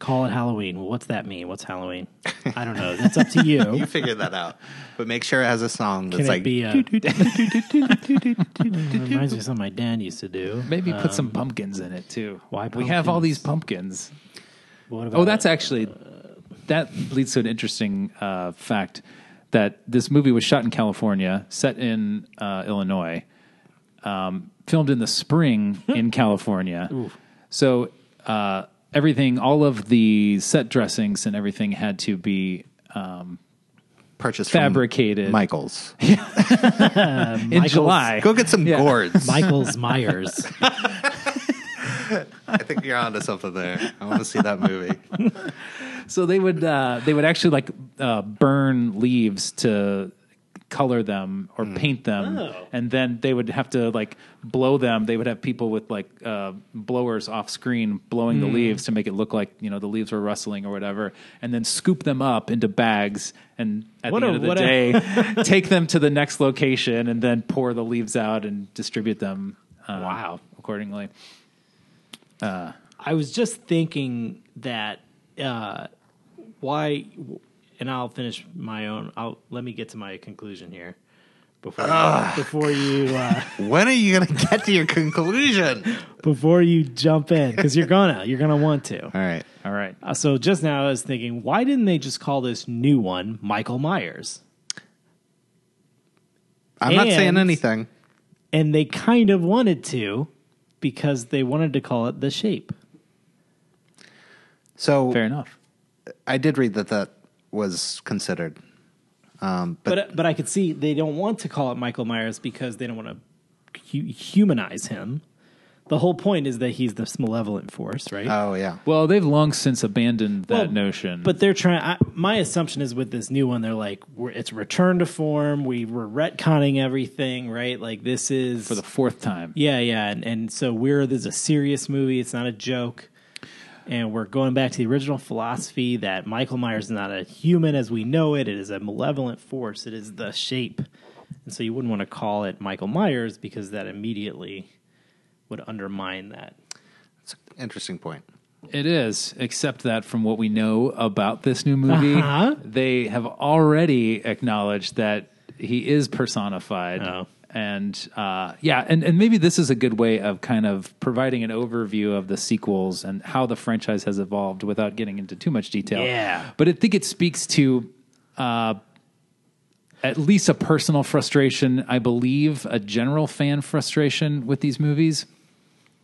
Speaker 3: Call it Halloween. Well, what's that mean? What's Halloween? I don't know. That's up to you.
Speaker 5: You figure that out, but make sure it has a song that's
Speaker 3: Can it
Speaker 5: like
Speaker 3: be uh, a? reminds me of something my dad used to do.
Speaker 4: Maybe put some pumpkins in it too.
Speaker 3: um, why
Speaker 4: we have all these
Speaker 3: pumpkins?
Speaker 4: pumpkins?
Speaker 3: What about
Speaker 4: Oh, that's actually that leads to an interesting uh, fact that this movie was shot in California, set in uh, Illinois, um, filmed in the spring in California. So uh, everything, all of the set dressings and everything, had to be
Speaker 5: purchased
Speaker 4: fabricated.
Speaker 5: from Michaels.
Speaker 4: in July.
Speaker 5: Go get some gourds.
Speaker 3: Michael's Myers?
Speaker 5: I think you're onto something there. I want to see that movie.
Speaker 4: So they would uh, they would actually like uh, burn leaves to color them or
Speaker 3: Mm.
Speaker 4: paint them,
Speaker 3: Oh.
Speaker 4: and then they would have to like blow them. They would have people with like uh, blowers off screen blowing
Speaker 3: Mm.
Speaker 4: the leaves to make it look like you know the leaves were rustling or whatever, and then scoop them up into bags and at
Speaker 3: What
Speaker 4: the
Speaker 3: a-
Speaker 4: end of the
Speaker 3: what a-
Speaker 4: day take them to the next location and then pour the leaves out and distribute them. Uh,
Speaker 3: Wow.
Speaker 4: Accordingly,
Speaker 3: I was just thinking that uh, why, and I'll finish my own. I'll let me get to my conclusion here before you, before you uh,
Speaker 5: When are you going to get to your conclusion?
Speaker 3: before you jump in because you're gonna you're gonna want to.
Speaker 5: All right.
Speaker 4: all right.
Speaker 3: Uh, so just now I was thinking, why didn't they just call this new one Michael Myers?
Speaker 5: I'm not saying
Speaker 3: And-
Speaker 5: anything.
Speaker 3: And they kind of wanted to because they wanted to call it the shape.
Speaker 5: So
Speaker 4: Fair enough.
Speaker 5: I did read that that was considered. Um, but,
Speaker 3: but but I could see they don't want to call it Michael Myers because they don't want to hu- humanize him. The whole point is that he's this malevolent force, right?
Speaker 5: oh, yeah.
Speaker 4: Well, they've long since abandoned that
Speaker 3: Well,
Speaker 4: notion.
Speaker 3: But they're trying. I, my assumption is with this new one, they're like, we're, it's return to form. We were retconning everything, right? Like this is
Speaker 4: for the fourth time.
Speaker 3: yeah, yeah, and, and so we're this is a serious movie. It's not a joke. And we're going back to the original philosophy that Michael Myers is not a human as we know it. It is a malevolent force. It is the shape. And so you wouldn't want to call it Michael Myers because that immediately would undermine that.
Speaker 5: It's an interesting point.
Speaker 4: It is, except that from what we know about this new movie,
Speaker 3: Uh-huh.
Speaker 4: they have already acknowledged that he is personified.
Speaker 3: Oh.
Speaker 4: And uh, yeah, and, and maybe this is a good way of kind of providing an overview of the sequels and how the franchise has evolved without getting into too much detail.
Speaker 3: Yeah.
Speaker 4: But I think it speaks to uh, at least a personal frustration, I believe, a general fan frustration with these movies.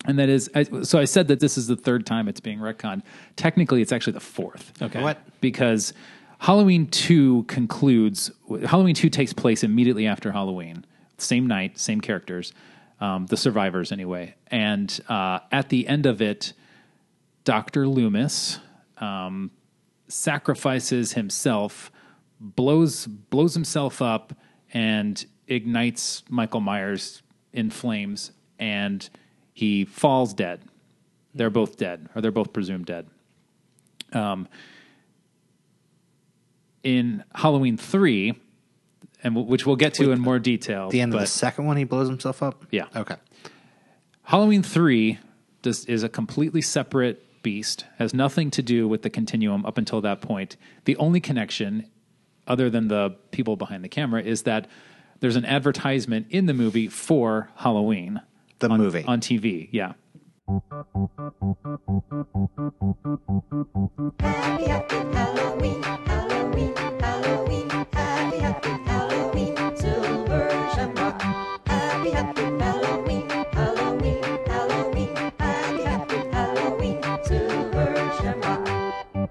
Speaker 4: And that is, I, so I said that this is the third time it's being retconned. Technically, it's actually the fourth.
Speaker 3: Okay.
Speaker 5: What?
Speaker 4: Because Halloween 2 concludes, Halloween 2 takes place immediately after Halloween, same night, same characters, um, the survivors anyway. And uh, at the end of it, Dr. Loomis um, sacrifices himself, blows blows himself up, and ignites Michael Myers in flames, and he falls dead. They're both dead, or they're both presumed dead. Um, in Halloween three, and w- which we'll get to in more detail.
Speaker 5: The end of
Speaker 4: but-
Speaker 5: the second one, he blows himself up.
Speaker 4: Yeah.
Speaker 5: Okay.
Speaker 4: Halloween three does, is a completely separate beast, has nothing to do with the continuum up until that point. The only connection, other than the people behind the camera, is that there's an advertisement in the movie for Halloween
Speaker 5: The
Speaker 4: on-
Speaker 5: movie.
Speaker 4: on TV. Yeah.
Speaker 6: Happy happy Halloween, Halloween, Halloween. Happy happy Halloween, Silver Shamrock. Happy happy Halloween, Halloween, Halloween. Happy happy Halloween, Silver Shamrock.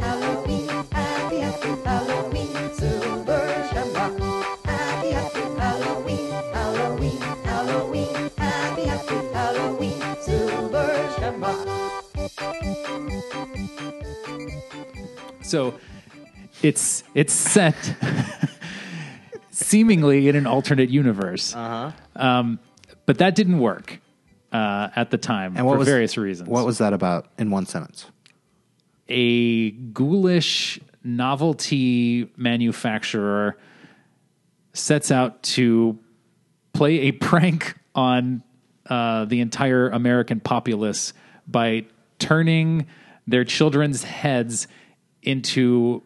Speaker 6: Halloween. Happy happy Halloween, Silver Shamrock. Happy happy Halloween, Halloween, Halloween. Happy happy Halloween, Silver Shamrock.
Speaker 4: So it's it's set seemingly in an alternate universe. Uh-huh. Um, but that didn't work uh, at the time
Speaker 5: And what
Speaker 4: for
Speaker 5: was
Speaker 4: various reasons.
Speaker 5: What was that about in one sentence?
Speaker 4: a ghoulish novelty manufacturer sets out to play a prank on uh, the entire American populace by turning their children's heads into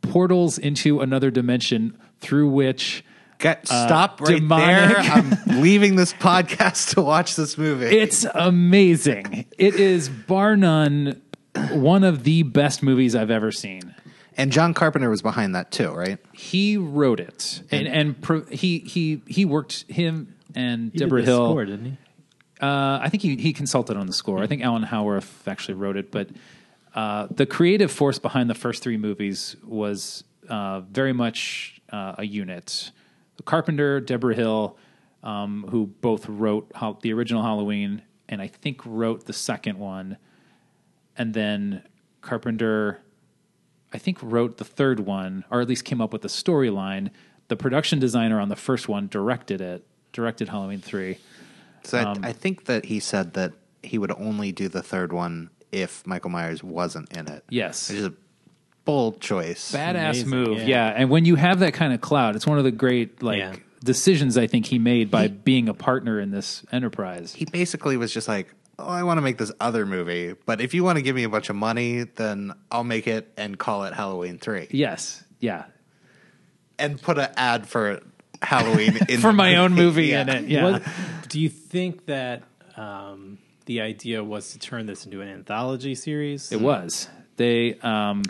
Speaker 4: portals into another dimension through which
Speaker 5: Get, stop right
Speaker 4: Uh, demonic.
Speaker 5: there. I'm leaving this podcast to watch this movie.
Speaker 4: It's amazing. It is bar none one of the best movies I've ever seen.
Speaker 5: and John Carpenter was behind that too, right?
Speaker 4: he wrote it and and pro- he he he worked him and
Speaker 3: He did
Speaker 4: Deborah
Speaker 3: the
Speaker 4: Hill.
Speaker 3: Score, didn't he?
Speaker 4: Uh, I think he he consulted on the score. I think Alan Howarth actually wrote it, but uh, the creative force behind the first three movies was uh, very much uh, a unit. Carpenter, Deborah Hill, um, who both wrote Hol- the original Halloween and I think wrote the second one, and then Carpenter, I think, wrote the third one, or at least came up with the storyline. The production designer on the first one directed it, directed Halloween 3.
Speaker 5: So
Speaker 4: Um,
Speaker 5: I, I think that he said that he would only do the third one if Michael Myers wasn't in it.
Speaker 4: Yes.
Speaker 5: Which is a bold choice.
Speaker 4: badass
Speaker 3: Amazing,
Speaker 4: move. Yeah.
Speaker 3: yeah.
Speaker 4: and when you have that kind of clout, it's one of the great like
Speaker 3: Yeah.
Speaker 4: decisions I think he made by being a partner in this enterprise.
Speaker 5: He basically was just like, oh, I want to make this other movie, but if you want to give me a bunch of money, then I'll make it and call it Halloween 3
Speaker 4: yes, yeah,
Speaker 5: and put an ad for Halloween in
Speaker 4: for
Speaker 5: the
Speaker 4: my own movie
Speaker 5: Yeah.
Speaker 4: in it. Yeah,
Speaker 3: What, do you think that um, the idea was to turn this into an anthology series?
Speaker 4: it was. They um,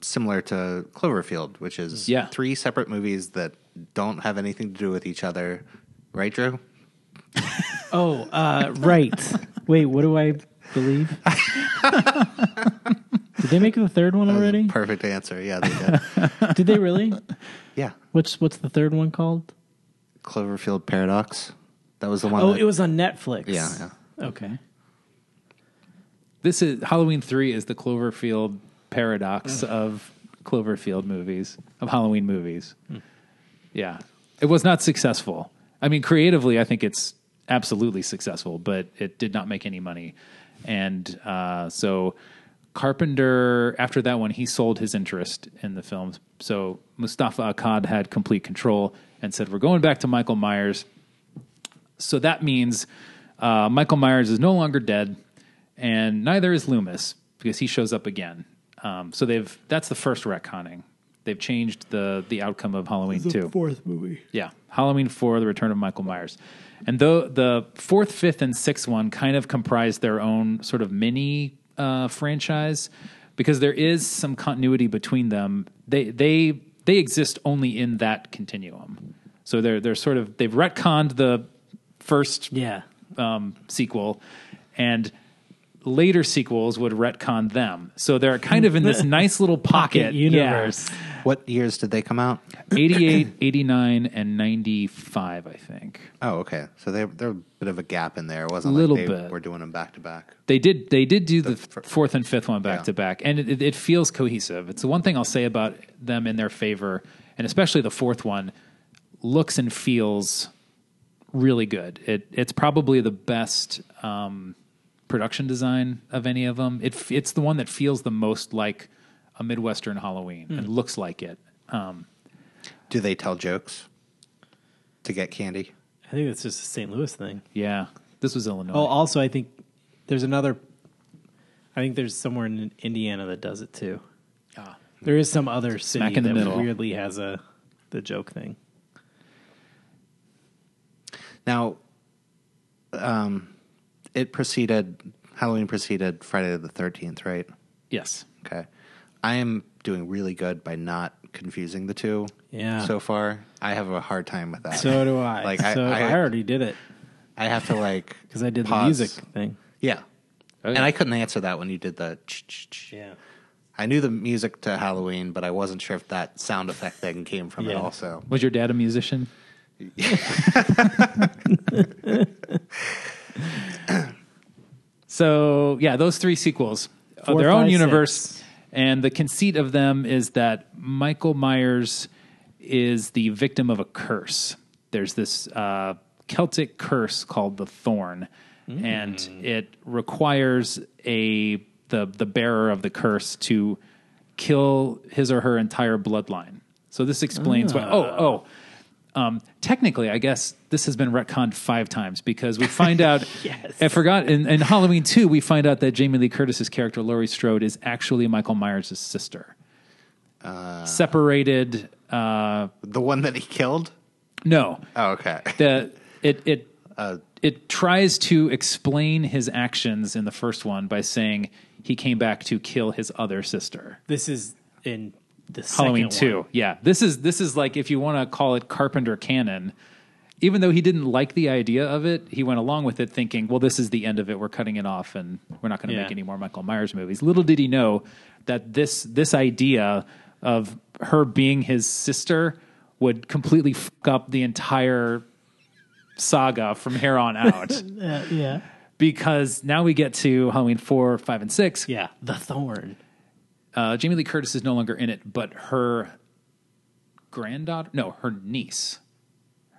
Speaker 5: Similar to Cloverfield, which is
Speaker 4: Yeah.
Speaker 5: three separate movies that don't have anything to do with each other. Right, Drew?
Speaker 3: Oh, uh, right. Wait, what do I believe? Did they make the third one already?
Speaker 5: Perfect answer. Yeah, they did.
Speaker 3: Did they really?
Speaker 5: yeah.
Speaker 3: What's what's the third one called?
Speaker 5: Cloverfield Paradox. That was the one.
Speaker 3: Oh,
Speaker 5: that-
Speaker 3: it was on Netflix.
Speaker 5: Uh, Yeah,
Speaker 3: Okay.
Speaker 4: This is Halloween three is the Cloverfield paradox of Cloverfield movies of Halloween movies. Yeah, it was not successful. I mean, creatively, I think it's absolutely successful, but it did not make any money, and uh, so Carpenter after that one he sold his interest in the film. So Mustafa Akkad had complete control and said, "We're going back to Michael Myers." So that means uh, Michael Myers is no longer dead, and neither is Loomis because he shows up again. Um, so they've that's the first retconning. They've changed the the outcome of Halloween two.
Speaker 3: Fourth movie.
Speaker 4: Yeah, Halloween four, the return of Michael Myers, and though the fourth, fifth, and sixth one kind of comprise their own sort of mini uh, franchise because there is some continuity between them. They they they exist only in that continuum. So they're they're sort of they've retconned the first
Speaker 3: Yeah.
Speaker 4: um, sequel, and later sequels would retcon them. So they're kind of in this nice little pocket,
Speaker 3: Pocket universe.
Speaker 4: Yeah.
Speaker 5: What years did they come out?
Speaker 4: 88, 89, and 95, I think.
Speaker 5: Oh, okay. So they there was a bit of a gap in there. It wasn't
Speaker 4: Little
Speaker 5: like they
Speaker 4: bit.
Speaker 5: were doing them back to back.
Speaker 4: They did. They did do the,
Speaker 5: fir-
Speaker 4: fourth and fifth one back
Speaker 5: Yeah.
Speaker 4: to back, and it, it, it feels cohesive. It's the one thing I'll say about them in their favor, and especially the fourth one looks and feels really good. It it's probably the best um, production design of any of them. It f- it's the one that feels the most like a midwestern Halloween and looks like it.
Speaker 5: Do they tell jokes to get candy?
Speaker 3: I think that's just a St. Louis thing.
Speaker 4: Yeah, this was Illinois.
Speaker 3: Oh, also, I think there's another. I think there's somewhere in Indiana that does it too. There is some other city
Speaker 4: in the
Speaker 3: that
Speaker 4: middle.
Speaker 3: weirdly has a the joke thing.
Speaker 5: Now, um, it preceded Halloween preceded Friday the Thirteenth, right?
Speaker 4: yes.
Speaker 5: Okay. I am doing really good by not confusing the two.
Speaker 3: Yeah.
Speaker 5: So far, I have a hard time with that.
Speaker 3: So do I.
Speaker 5: Like I,
Speaker 3: so I,
Speaker 5: I, I,
Speaker 3: already did it
Speaker 5: have to like
Speaker 3: because I did
Speaker 5: pause.
Speaker 3: the music thing.
Speaker 5: Yeah.
Speaker 4: yeah.
Speaker 5: And I couldn't answer that when you did the. ch- ch- ch.
Speaker 3: Oh, Yeah.
Speaker 5: I knew the music to Halloween, but I wasn't sure if that sound effect thing came from it
Speaker 3: Yeah.
Speaker 5: also.
Speaker 4: Was your dad a musician? so yeah, those three sequels, uh,
Speaker 3: Four,
Speaker 4: their own
Speaker 3: five,
Speaker 4: universe,
Speaker 3: six.
Speaker 4: and the conceit of them is that Michael Myers is the victim of a curse. There's this uh, Celtic curse called the Thorn,
Speaker 3: Mm.
Speaker 4: and it requires a the the bearer of the curse to kill his or her entire bloodline. So this explains why.
Speaker 3: Ah.
Speaker 4: Oh, oh technically, I guess this has been retconned five times because we find out. I forgot in, in Halloween two, we find out that Jamie Lee Curtis's character Laurie Strode is actually Michael Myers' sister, separated. Uh,
Speaker 5: The one that he killed?
Speaker 4: no,
Speaker 5: Oh, okay.
Speaker 4: the it it it tries to explain his actions in the first one by saying he came back to kill his other sister.
Speaker 3: This is in the
Speaker 4: Halloween
Speaker 3: second
Speaker 4: two.
Speaker 3: one.
Speaker 4: Yeah, this is this is like if you want to call it Carpenter canon. Even though he didn't like the idea of it, he went along with it, thinking, "Well, this is the end of it. We're cutting it off, and we're not going to
Speaker 3: Yeah.
Speaker 4: make any more Michael Myers movies." Little did he know that this this idea of her being his sister would completely fuck up the entire saga from here on out.
Speaker 3: Uh, yeah.
Speaker 4: because now we get to Halloween four, five, and six.
Speaker 3: Yeah. The Thorn.
Speaker 4: Uh, Jamie Lee Curtis is no longer in it, but her granddaughter, no, her niece.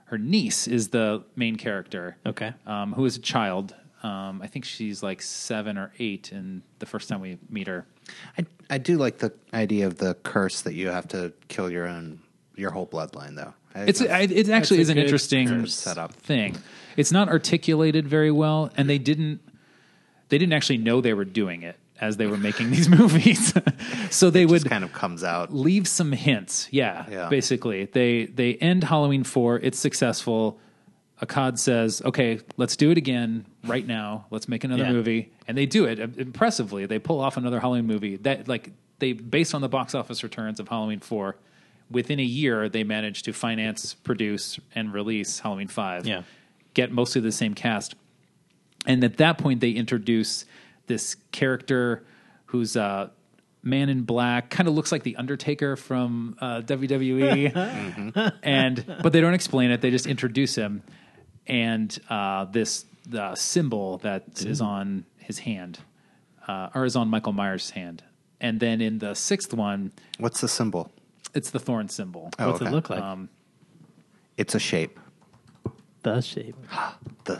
Speaker 4: Her niece is the main character,
Speaker 3: Okay.
Speaker 5: Oh,
Speaker 4: um, who is a child. Um, I think she's like seven or eight, and the first time we meet her.
Speaker 5: I, I do like the idea of the curse that you have to kill your own, your whole bloodline, though. I,
Speaker 4: It's I, it actually
Speaker 3: a
Speaker 4: is an
Speaker 3: good
Speaker 4: interesting
Speaker 5: curse setup.
Speaker 4: thing. It's not articulated very well, and they didn't they didn't actually know they were doing it as they were making these movies. so they
Speaker 5: it
Speaker 4: would
Speaker 5: just kind of comes out.
Speaker 4: leave some hints. Yeah,
Speaker 5: Yeah.
Speaker 4: basically, they they end Halloween four. It's successful. Akkad says, "Okay, let's do it again right now. Let's make another
Speaker 3: Yeah.
Speaker 4: movie." And they do it im- impressively. They pull off another Halloween movie that, like, they based on the box office returns of Halloween four. Within a year, they managed to finance, produce, and release Halloween five.
Speaker 3: Yeah.
Speaker 4: get mostly the same cast and at that point they introduce this character who's a man in black kind of looks like the undertaker from uh, wwe and but they don't explain it they just introduce him and uh, this the symbol that is on his hand uh, or is on Michael Myers' hand. And then in the sixth one,
Speaker 5: What's the symbol?
Speaker 4: it's the thorn symbol.
Speaker 5: Oh,
Speaker 3: What's
Speaker 5: okay.
Speaker 3: it look like?
Speaker 4: Um,
Speaker 5: It's a shape.
Speaker 3: the shape.
Speaker 5: The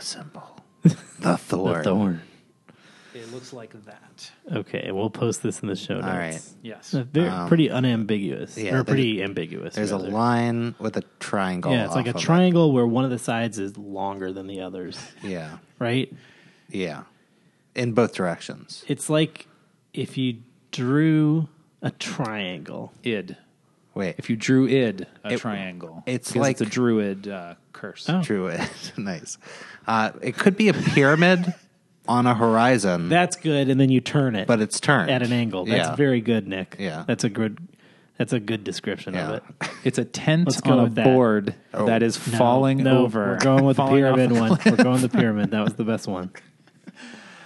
Speaker 5: symbol. The thorn.
Speaker 3: thorn.
Speaker 4: It looks like that.
Speaker 3: Okay, we'll post this in the show notes.
Speaker 5: All right. Um,
Speaker 4: Yes.
Speaker 3: Uh, They're pretty unambiguous.
Speaker 5: yeah,
Speaker 3: or
Speaker 5: there's-
Speaker 3: pretty ambiguous.
Speaker 5: There's a
Speaker 3: rather.
Speaker 5: line with a triangle.
Speaker 3: Yeah, it's like a
Speaker 5: off of it.
Speaker 3: triangle where one of the sides is longer than the others,
Speaker 5: Yeah.
Speaker 3: right?
Speaker 5: Yeah. In both directions.
Speaker 3: It's like if you drew a triangle.
Speaker 4: Id.
Speaker 5: Wait.
Speaker 4: If you drew id, a
Speaker 5: It-
Speaker 4: triangle.
Speaker 5: it's
Speaker 4: Because it's a
Speaker 5: like-
Speaker 4: druid uh, curse.
Speaker 3: Oh.
Speaker 5: Drew it. nice. Uh, it could be a pyramid on a horizon,
Speaker 3: That's good, and then you turn it,
Speaker 5: but it's turned
Speaker 3: at an angle. That's
Speaker 5: yeah.
Speaker 3: very good, Nick.
Speaker 5: Yeah.
Speaker 3: that's a good. That's a good description
Speaker 5: Yeah.
Speaker 3: of it.
Speaker 4: It's a tent
Speaker 3: Let's go
Speaker 4: on a
Speaker 3: with that.
Speaker 4: board
Speaker 5: Oh.
Speaker 4: that is
Speaker 3: No,
Speaker 4: falling
Speaker 3: no,
Speaker 4: over.
Speaker 3: We're going with the
Speaker 4: Falling off
Speaker 3: pyramid
Speaker 4: a
Speaker 3: one. We're going with the pyramid. That was the best one.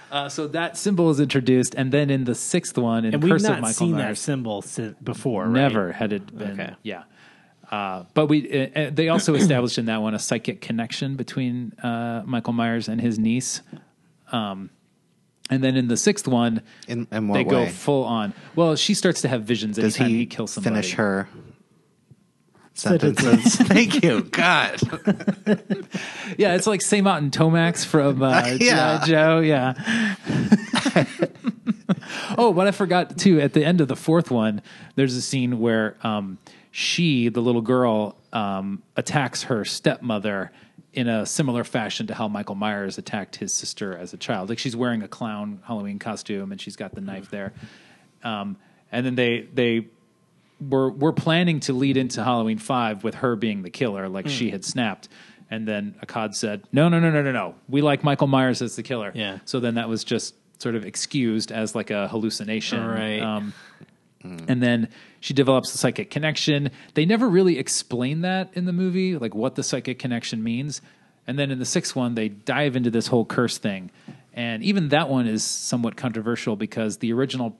Speaker 4: Uh, so that symbol is introduced, and then in the sixth one, in
Speaker 3: And we've
Speaker 4: Curse of
Speaker 3: not
Speaker 4: Michael
Speaker 3: seen that
Speaker 4: Myers,
Speaker 3: symbol si- before. right?
Speaker 4: never had it been.
Speaker 3: Okay.
Speaker 4: Yeah, uh, but we uh, uh, they also established in that one a psychic connection between uh, Michael Myers and his niece, um, and then in the sixth one,
Speaker 5: In, in what
Speaker 4: they go
Speaker 5: way?
Speaker 4: full on. Well, she starts to have visions
Speaker 5: Does
Speaker 4: anytime he, kills somebody.
Speaker 5: finish her sentences? Thank you, God.
Speaker 4: Yeah, it's like Same Out and Tomax from uh,
Speaker 5: Yeah.
Speaker 4: G.I. Joe. Yeah. oh, but I forgot too. At the end of the fourth one, there's a scene where um, she, the little girl, um, attacks her stepmother in a similar fashion to how Michael Myers attacked his sister as a child. Like she's wearing a clown Halloween costume and she's got the knife there. Um, and then they they we're we're planning to lead into Halloween five with her being the killer, like she had snapped. And then Akkad said, No, no, no, no, no, no. We like Michael Myers as the killer.
Speaker 3: Yeah.
Speaker 4: So then that was just sort of excused as like a hallucination.
Speaker 3: Right.
Speaker 4: Um, and then she develops the psychic connection. They never really explain that in the movie, like what the psychic connection means. And then in the sixth one, they dive into this whole curse thing. And even that one is somewhat controversial because the original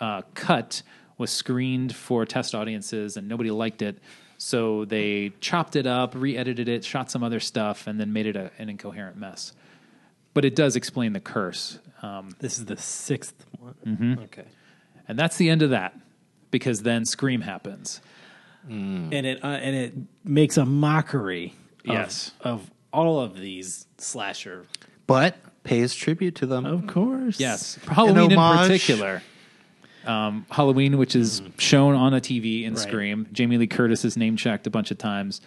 Speaker 4: uh, cut was screened for test audiences and nobody liked it. So they chopped it up, re edited it, shot some other stuff, and then made it a, an incoherent mess. But it does explain the curse. Um,
Speaker 3: This is the sixth one. Okay.
Speaker 4: and that's the end of that because then Scream happens.
Speaker 3: and it uh, and it makes a mockery of,
Speaker 4: Yes.
Speaker 3: of all of these slasher
Speaker 5: But pays tribute to them.
Speaker 3: of course
Speaker 4: Yes, Halloween in
Speaker 5: homage.
Speaker 4: particular. Um, Halloween, which is shown on a TV in
Speaker 3: Right.
Speaker 4: Scream. Jamie Lee Curtis is name checked a bunch of times.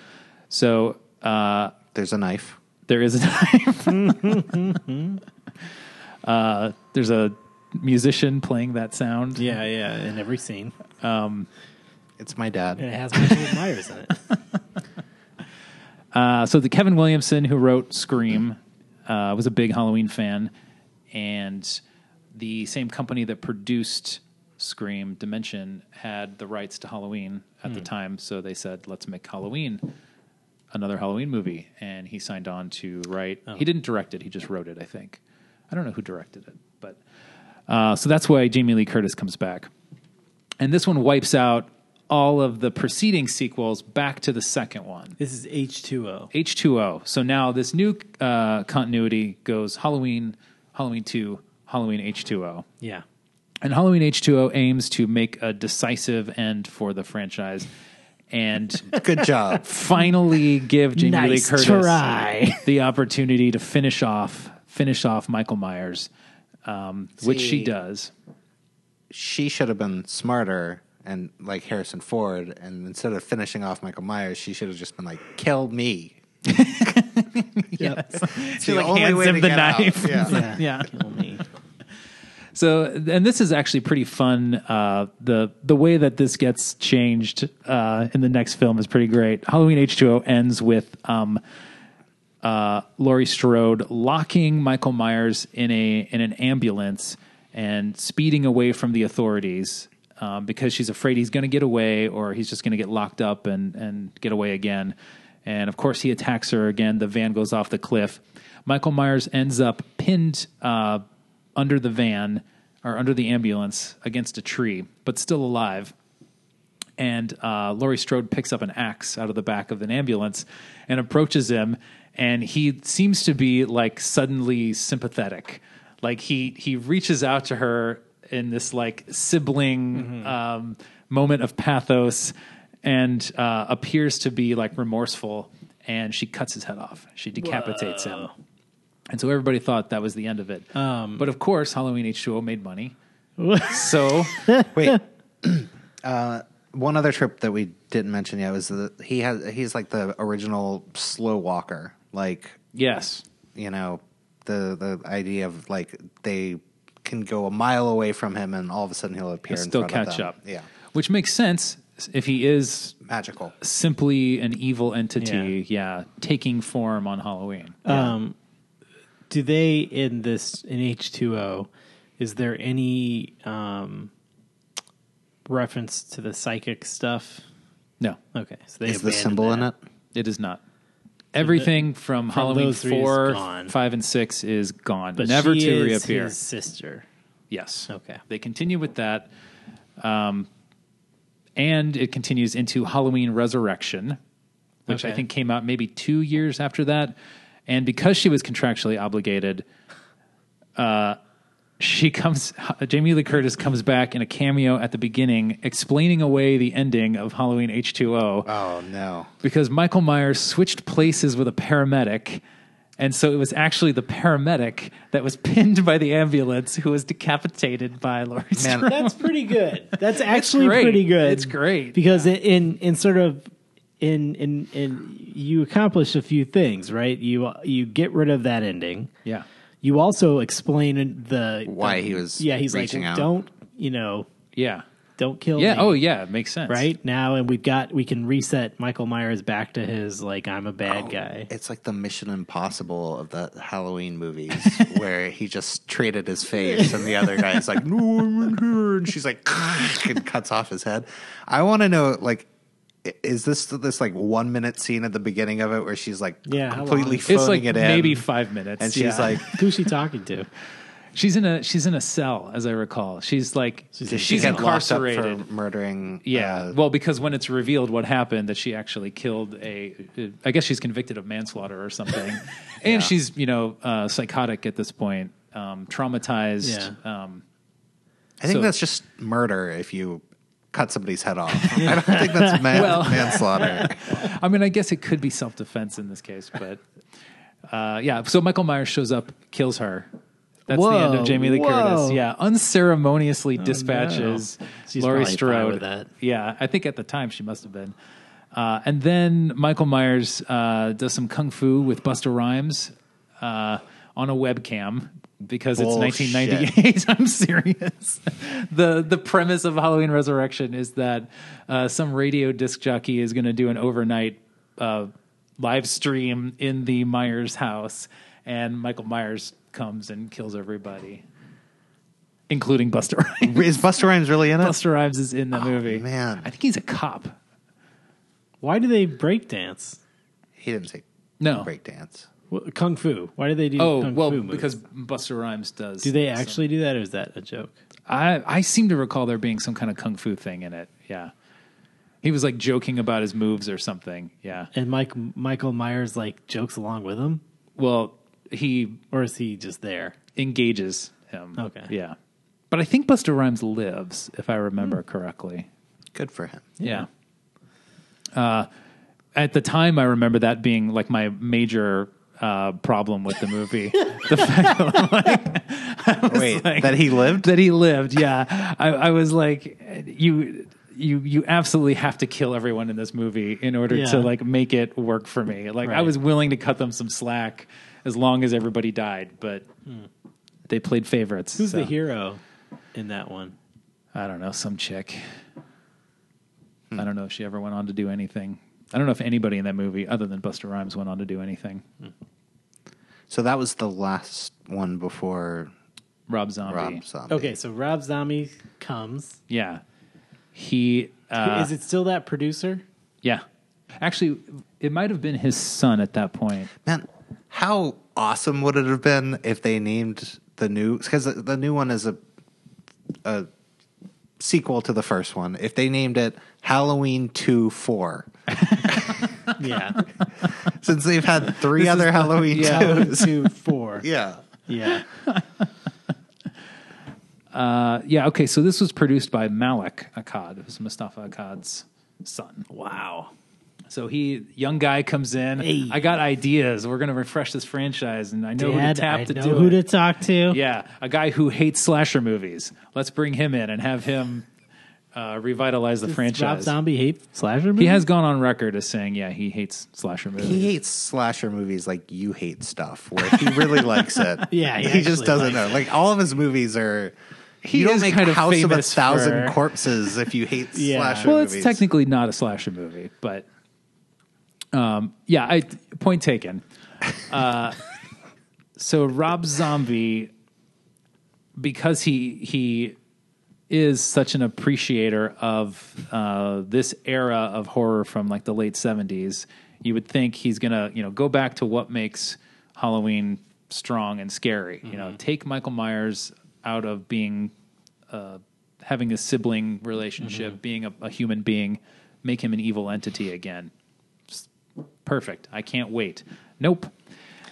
Speaker 4: So uh,
Speaker 5: There's a knife.
Speaker 4: there is a time. uh, there's a musician playing that sound.
Speaker 3: yeah yeah in every scene
Speaker 5: It's my dad.
Speaker 3: and it has Michael Myers in it
Speaker 4: Uh, so the Kevin Williamson who wrote Scream uh, was a big Halloween fan, and the same company that produced Scream, Dimension, had the rights to Halloween at the time. So they said, "Let's make Halloween another Halloween movie," and he signed on to write. He didn't direct it; he just wrote it. I think I don't know who directed it, but uh, so that's why Jamie Lee Curtis comes back. And this one wipes out all of the preceding sequels back to the second one.
Speaker 3: this is H two O
Speaker 4: H2O. So now this new uh, continuity goes Halloween, Halloween 2, Halloween H2O.
Speaker 3: yeah
Speaker 4: And Halloween H2O aims to make a decisive end for the franchise and
Speaker 5: Good job.
Speaker 4: finally give Jamie Lee
Speaker 3: Nice
Speaker 4: Curtis
Speaker 3: try.
Speaker 4: the opportunity to finish off finish off Michael Myers, um, which she
Speaker 5: See.
Speaker 4: does.
Speaker 5: she should have been smarter and like Harrison Ford, and instead of finishing off Michael Myers, she should have just been like, "Kill me." yes, she
Speaker 4: like, hands him the knife.
Speaker 5: Yeah.
Speaker 4: Yeah.
Speaker 3: kill me
Speaker 4: So, and this is actually pretty fun. Uh, the the way that this gets changed uh, in the next film is pretty great. Halloween H two O ends with um, uh, Laurie Strode locking Michael Myers in a in an ambulance and speeding away from the authorities um, because she's afraid he's going to get away or he's just going to get locked up and and get away again. And of course, he attacks her again. The van goes off the cliff. Michael Myers ends up pinned uh, under the van or under the ambulance against a tree, but still alive and uh, Laurie Strode picks up an axe out of the back of an ambulance and approaches him, and he seems to be like suddenly sympathetic. Like he he reaches out to her in this like sibling um, moment of pathos and uh, appears to be like remorseful, and she cuts his head off. She decapitates him. And so everybody thought that was the end of it.
Speaker 3: Um,
Speaker 4: but of course, Halloween H2O made money. so
Speaker 5: Wait. uh, one other trip that we didn't mention yet was that he has he's like the original slow walker. Like
Speaker 4: yes,
Speaker 5: you know, the the idea of like they can go a mile away from him and all of a sudden he'll appear.
Speaker 4: he'll
Speaker 5: in
Speaker 4: still
Speaker 5: front of
Speaker 4: catch
Speaker 5: them.
Speaker 4: up.
Speaker 5: Yeah,
Speaker 4: which makes sense if he is
Speaker 5: magical.
Speaker 4: simply an evil entity. Yeah, taking form on Halloween.
Speaker 3: Um, do they in this in H two O? Is there any um, reference to the psychic stuff?
Speaker 4: no,
Speaker 3: Okay, so they
Speaker 5: Is the
Speaker 3: abandoned
Speaker 5: symbol in
Speaker 3: that.
Speaker 5: it?
Speaker 4: it is not. Everything from, Halloween
Speaker 3: those three is
Speaker 4: four,
Speaker 3: gone.
Speaker 4: five, and six is gone,
Speaker 3: But
Speaker 4: never
Speaker 3: she
Speaker 4: to
Speaker 3: is
Speaker 4: reappear.
Speaker 3: His sister.
Speaker 4: Yes.
Speaker 3: Okay.
Speaker 4: They continue with that. Um, and it continues into Halloween Resurrection, which I
Speaker 3: Okay.
Speaker 4: think came out maybe two years after that. And because she was contractually obligated, uh, she comes, Jamie Lee Curtis comes back in a cameo at the beginning, explaining away the ending of Halloween H2O
Speaker 5: Oh no!
Speaker 4: because Michael Myers switched places with a paramedic. And so it was actually the paramedic that was pinned by the ambulance who was decapitated by Laurie
Speaker 5: Man.
Speaker 4: Strode.
Speaker 3: That's pretty good. That's actually
Speaker 4: great.
Speaker 3: pretty good.
Speaker 4: It's great,
Speaker 3: because i- in in sort of in in in you accomplish a few things, right? You you get rid of that ending.
Speaker 4: Yeah.
Speaker 3: You also explain the
Speaker 5: Why
Speaker 3: the-
Speaker 5: he was
Speaker 3: Yeah, he's like
Speaker 5: reaching out.
Speaker 3: don't you know
Speaker 4: Yeah.
Speaker 3: don't kill.
Speaker 4: Yeah.
Speaker 3: me,"
Speaker 4: Oh, yeah. It makes sense.
Speaker 3: Right now, and we've got we can reset Michael Myers back to his like I'm a bad guy.
Speaker 5: Oh. It's like the Mission Impossible of the Halloween movies, where he just traded his face, and the other guy is like, "No, I'm in here," and she's like, and cuts off his head. I want to know, like, i- is this this like one minute scene at the beginning of it where she's like,
Speaker 3: Yeah, how
Speaker 5: completely
Speaker 3: long?
Speaker 5: phoning
Speaker 4: It's like
Speaker 5: it in,
Speaker 4: maybe five minutes.
Speaker 5: and she's
Speaker 4: yeah.
Speaker 5: like,
Speaker 3: Who's she talking to?
Speaker 4: she's in a she's in a cell, as I recall. She's like she's,
Speaker 5: did she get locked up for
Speaker 4: incarcerated.
Speaker 5: murdering?
Speaker 4: Yeah.
Speaker 5: uh,
Speaker 4: well, because when it's revealed what happened, that she actually killed a, I guess she's convicted of manslaughter or something, and she's you know uh, psychotic at this point, um, traumatized. Um,
Speaker 5: I think
Speaker 4: so-
Speaker 5: that's just murder if you cut somebody's head off. I don't think that's man-
Speaker 4: Well-
Speaker 5: manslaughter.
Speaker 4: I mean, I guess it could be self defense in this case, but uh, yeah. So Michael Myers shows up, kills her. That's the end
Speaker 3: Whoa,
Speaker 4: of Jamie Lee Curtis.
Speaker 3: whoa. Oh,
Speaker 4: Yeah, unceremoniously dispatches
Speaker 3: She's
Speaker 4: Laurie
Speaker 3: probably fine
Speaker 4: Strode.
Speaker 3: with that.
Speaker 4: Yeah, I think at the time she must have been. Uh, and then Michael Myers uh, does some kung fu with Buster Rhymes uh, on a webcam because it's
Speaker 5: Bullshit.
Speaker 4: 1998. I'm serious. the The premise of Halloween Resurrection is that uh, some radio disc jockey is going to do an overnight uh, live stream in the Myers house, and Michael Myers comes and kills everybody, including Buster Rhymes.
Speaker 5: Is Buster Rhymes really in it?
Speaker 4: Buster Rhymes is in the movie.
Speaker 5: man.
Speaker 4: I think he's a cop.
Speaker 3: Why do they break dance?
Speaker 5: He didn't say
Speaker 4: No.
Speaker 5: breakdance.
Speaker 3: Wh- Kung Fu. Why do they do?
Speaker 4: Oh
Speaker 3: kung
Speaker 4: well,
Speaker 3: fu moves?
Speaker 4: because uh, Buster Rhymes does.
Speaker 3: do they actually do that, or is that a joke?
Speaker 4: I I seem to recall there being some kind of kung fu thing in it. Yeah, he was like joking about his moves or something. Yeah.
Speaker 3: And Mike Michael Myers like jokes along with him,
Speaker 4: Well, he
Speaker 3: or is he just there?
Speaker 4: engages him.
Speaker 3: Okay.
Speaker 4: Yeah, but I think Buster Rhymes lives, if I remember
Speaker 3: Hmm.
Speaker 4: correctly.
Speaker 5: Good for him.
Speaker 4: Yeah. Uh, at the time, I remember that being like my major uh, problem with the movie. the fact that I'm like, I was
Speaker 5: Wait,
Speaker 4: like-
Speaker 5: that he lived?
Speaker 4: that he lived. Yeah, I, I was like, you, you, you absolutely have to kill everyone in this movie in order
Speaker 3: Yeah.
Speaker 4: to like make it work for me. Like I
Speaker 3: Right.
Speaker 4: was willing to cut them some slack as long as everybody died, but they played favorites.
Speaker 3: Hmm. Who's
Speaker 4: so-
Speaker 3: the hero in that one?
Speaker 4: I don't know, some chick.
Speaker 3: Hmm.
Speaker 4: I don't know if she ever went on to do anything. I don't know if anybody in that movie, other than Buster Rhymes, went on to do anything.
Speaker 5: So that was the last one before
Speaker 4: Rob Zombie.
Speaker 5: Rob Zombie.
Speaker 3: Okay, so Rob Zombie comes.
Speaker 4: Yeah. He, uh,
Speaker 3: is it still that producer?
Speaker 4: yeah. Actually, it might have been his son at that point.
Speaker 5: Man, how awesome would it have been if they named the new because the, the new one is a a sequel to the first one. If they named it Halloween Two Four,
Speaker 3: Yeah,
Speaker 5: since they've had three other Halloween
Speaker 3: yeah,
Speaker 5: twos.
Speaker 3: two, four.
Speaker 5: Yeah.
Speaker 3: Yeah,
Speaker 4: Uh, yeah, okay. So this was produced by Malik Akkad, who's Mustafa Akkad's son.
Speaker 3: Wow.
Speaker 4: So he, young guy, comes in.
Speaker 3: Hey.
Speaker 4: I got ideas. We're gonna refresh this franchise, and I know who to
Speaker 3: Dad,
Speaker 4: tap
Speaker 3: I
Speaker 4: to
Speaker 3: know
Speaker 4: do
Speaker 3: who
Speaker 4: it.
Speaker 3: to talk to.
Speaker 4: yeah, a guy who hates slasher movies. Let's bring him in and have him uh, revitalize the
Speaker 3: Does Rob
Speaker 4: franchise.
Speaker 3: Zombie hate slasher movies?
Speaker 4: He has gone on record as saying, yeah, he hates slasher movies.
Speaker 5: He hates slasher movies like you hate stuff, where he really likes it.
Speaker 3: Yeah, he
Speaker 5: he, just
Speaker 3: actually
Speaker 5: doesn't
Speaker 3: likes
Speaker 5: know. Like all of his movies are.
Speaker 4: He
Speaker 5: you don't
Speaker 4: is
Speaker 5: make
Speaker 4: kind of
Speaker 5: House of a
Speaker 4: famous
Speaker 5: Thousand
Speaker 4: for-
Speaker 5: Corpses if you hate
Speaker 3: Yeah.
Speaker 5: slasher
Speaker 4: well,
Speaker 5: movies.
Speaker 4: it's technically not a slasher movie, but um, yeah, I point taken. Uh, so Rob Zombie, because he he is such an appreciator of uh, this era of horror from like the late seventies, you would think he's gonna you know go back to what makes Halloween strong and scary. You
Speaker 5: Mm-hmm.
Speaker 4: know, take Michael Myers out of being having a sibling
Speaker 5: Mm-hmm.
Speaker 4: relationship, being a, a human being, make him an evil entity again. Just perfect. I can't wait. Nope.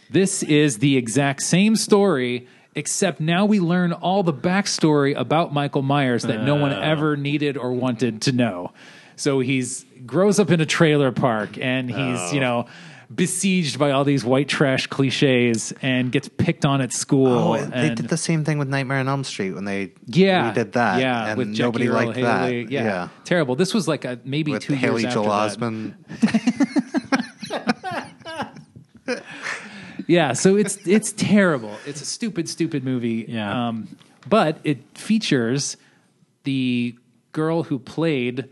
Speaker 4: This is the exact same story, except now we learn all the backstory about Michael Myers that no
Speaker 5: Oh.
Speaker 4: one ever needed or wanted to know. So he's grows up in a trailer park and he's,
Speaker 5: Oh.
Speaker 4: you know, besieged by all these white trash cliches and gets picked on at school.
Speaker 5: Oh, and they
Speaker 4: and-
Speaker 5: did the same thing with Nightmare on Elm Street when they
Speaker 4: yeah,
Speaker 5: did that.
Speaker 4: Yeah,
Speaker 5: and
Speaker 4: with Jackie
Speaker 5: nobody
Speaker 4: Earle
Speaker 5: liked that.
Speaker 4: Haley. Yeah. terrible. This was like a maybe
Speaker 5: with
Speaker 4: two
Speaker 5: Haley
Speaker 4: years
Speaker 5: Joel
Speaker 4: after that.
Speaker 5: Osment.
Speaker 4: Yeah, so it's it's terrible. It's a stupid, stupid movie.
Speaker 3: Yeah.
Speaker 4: um, but it features the girl who played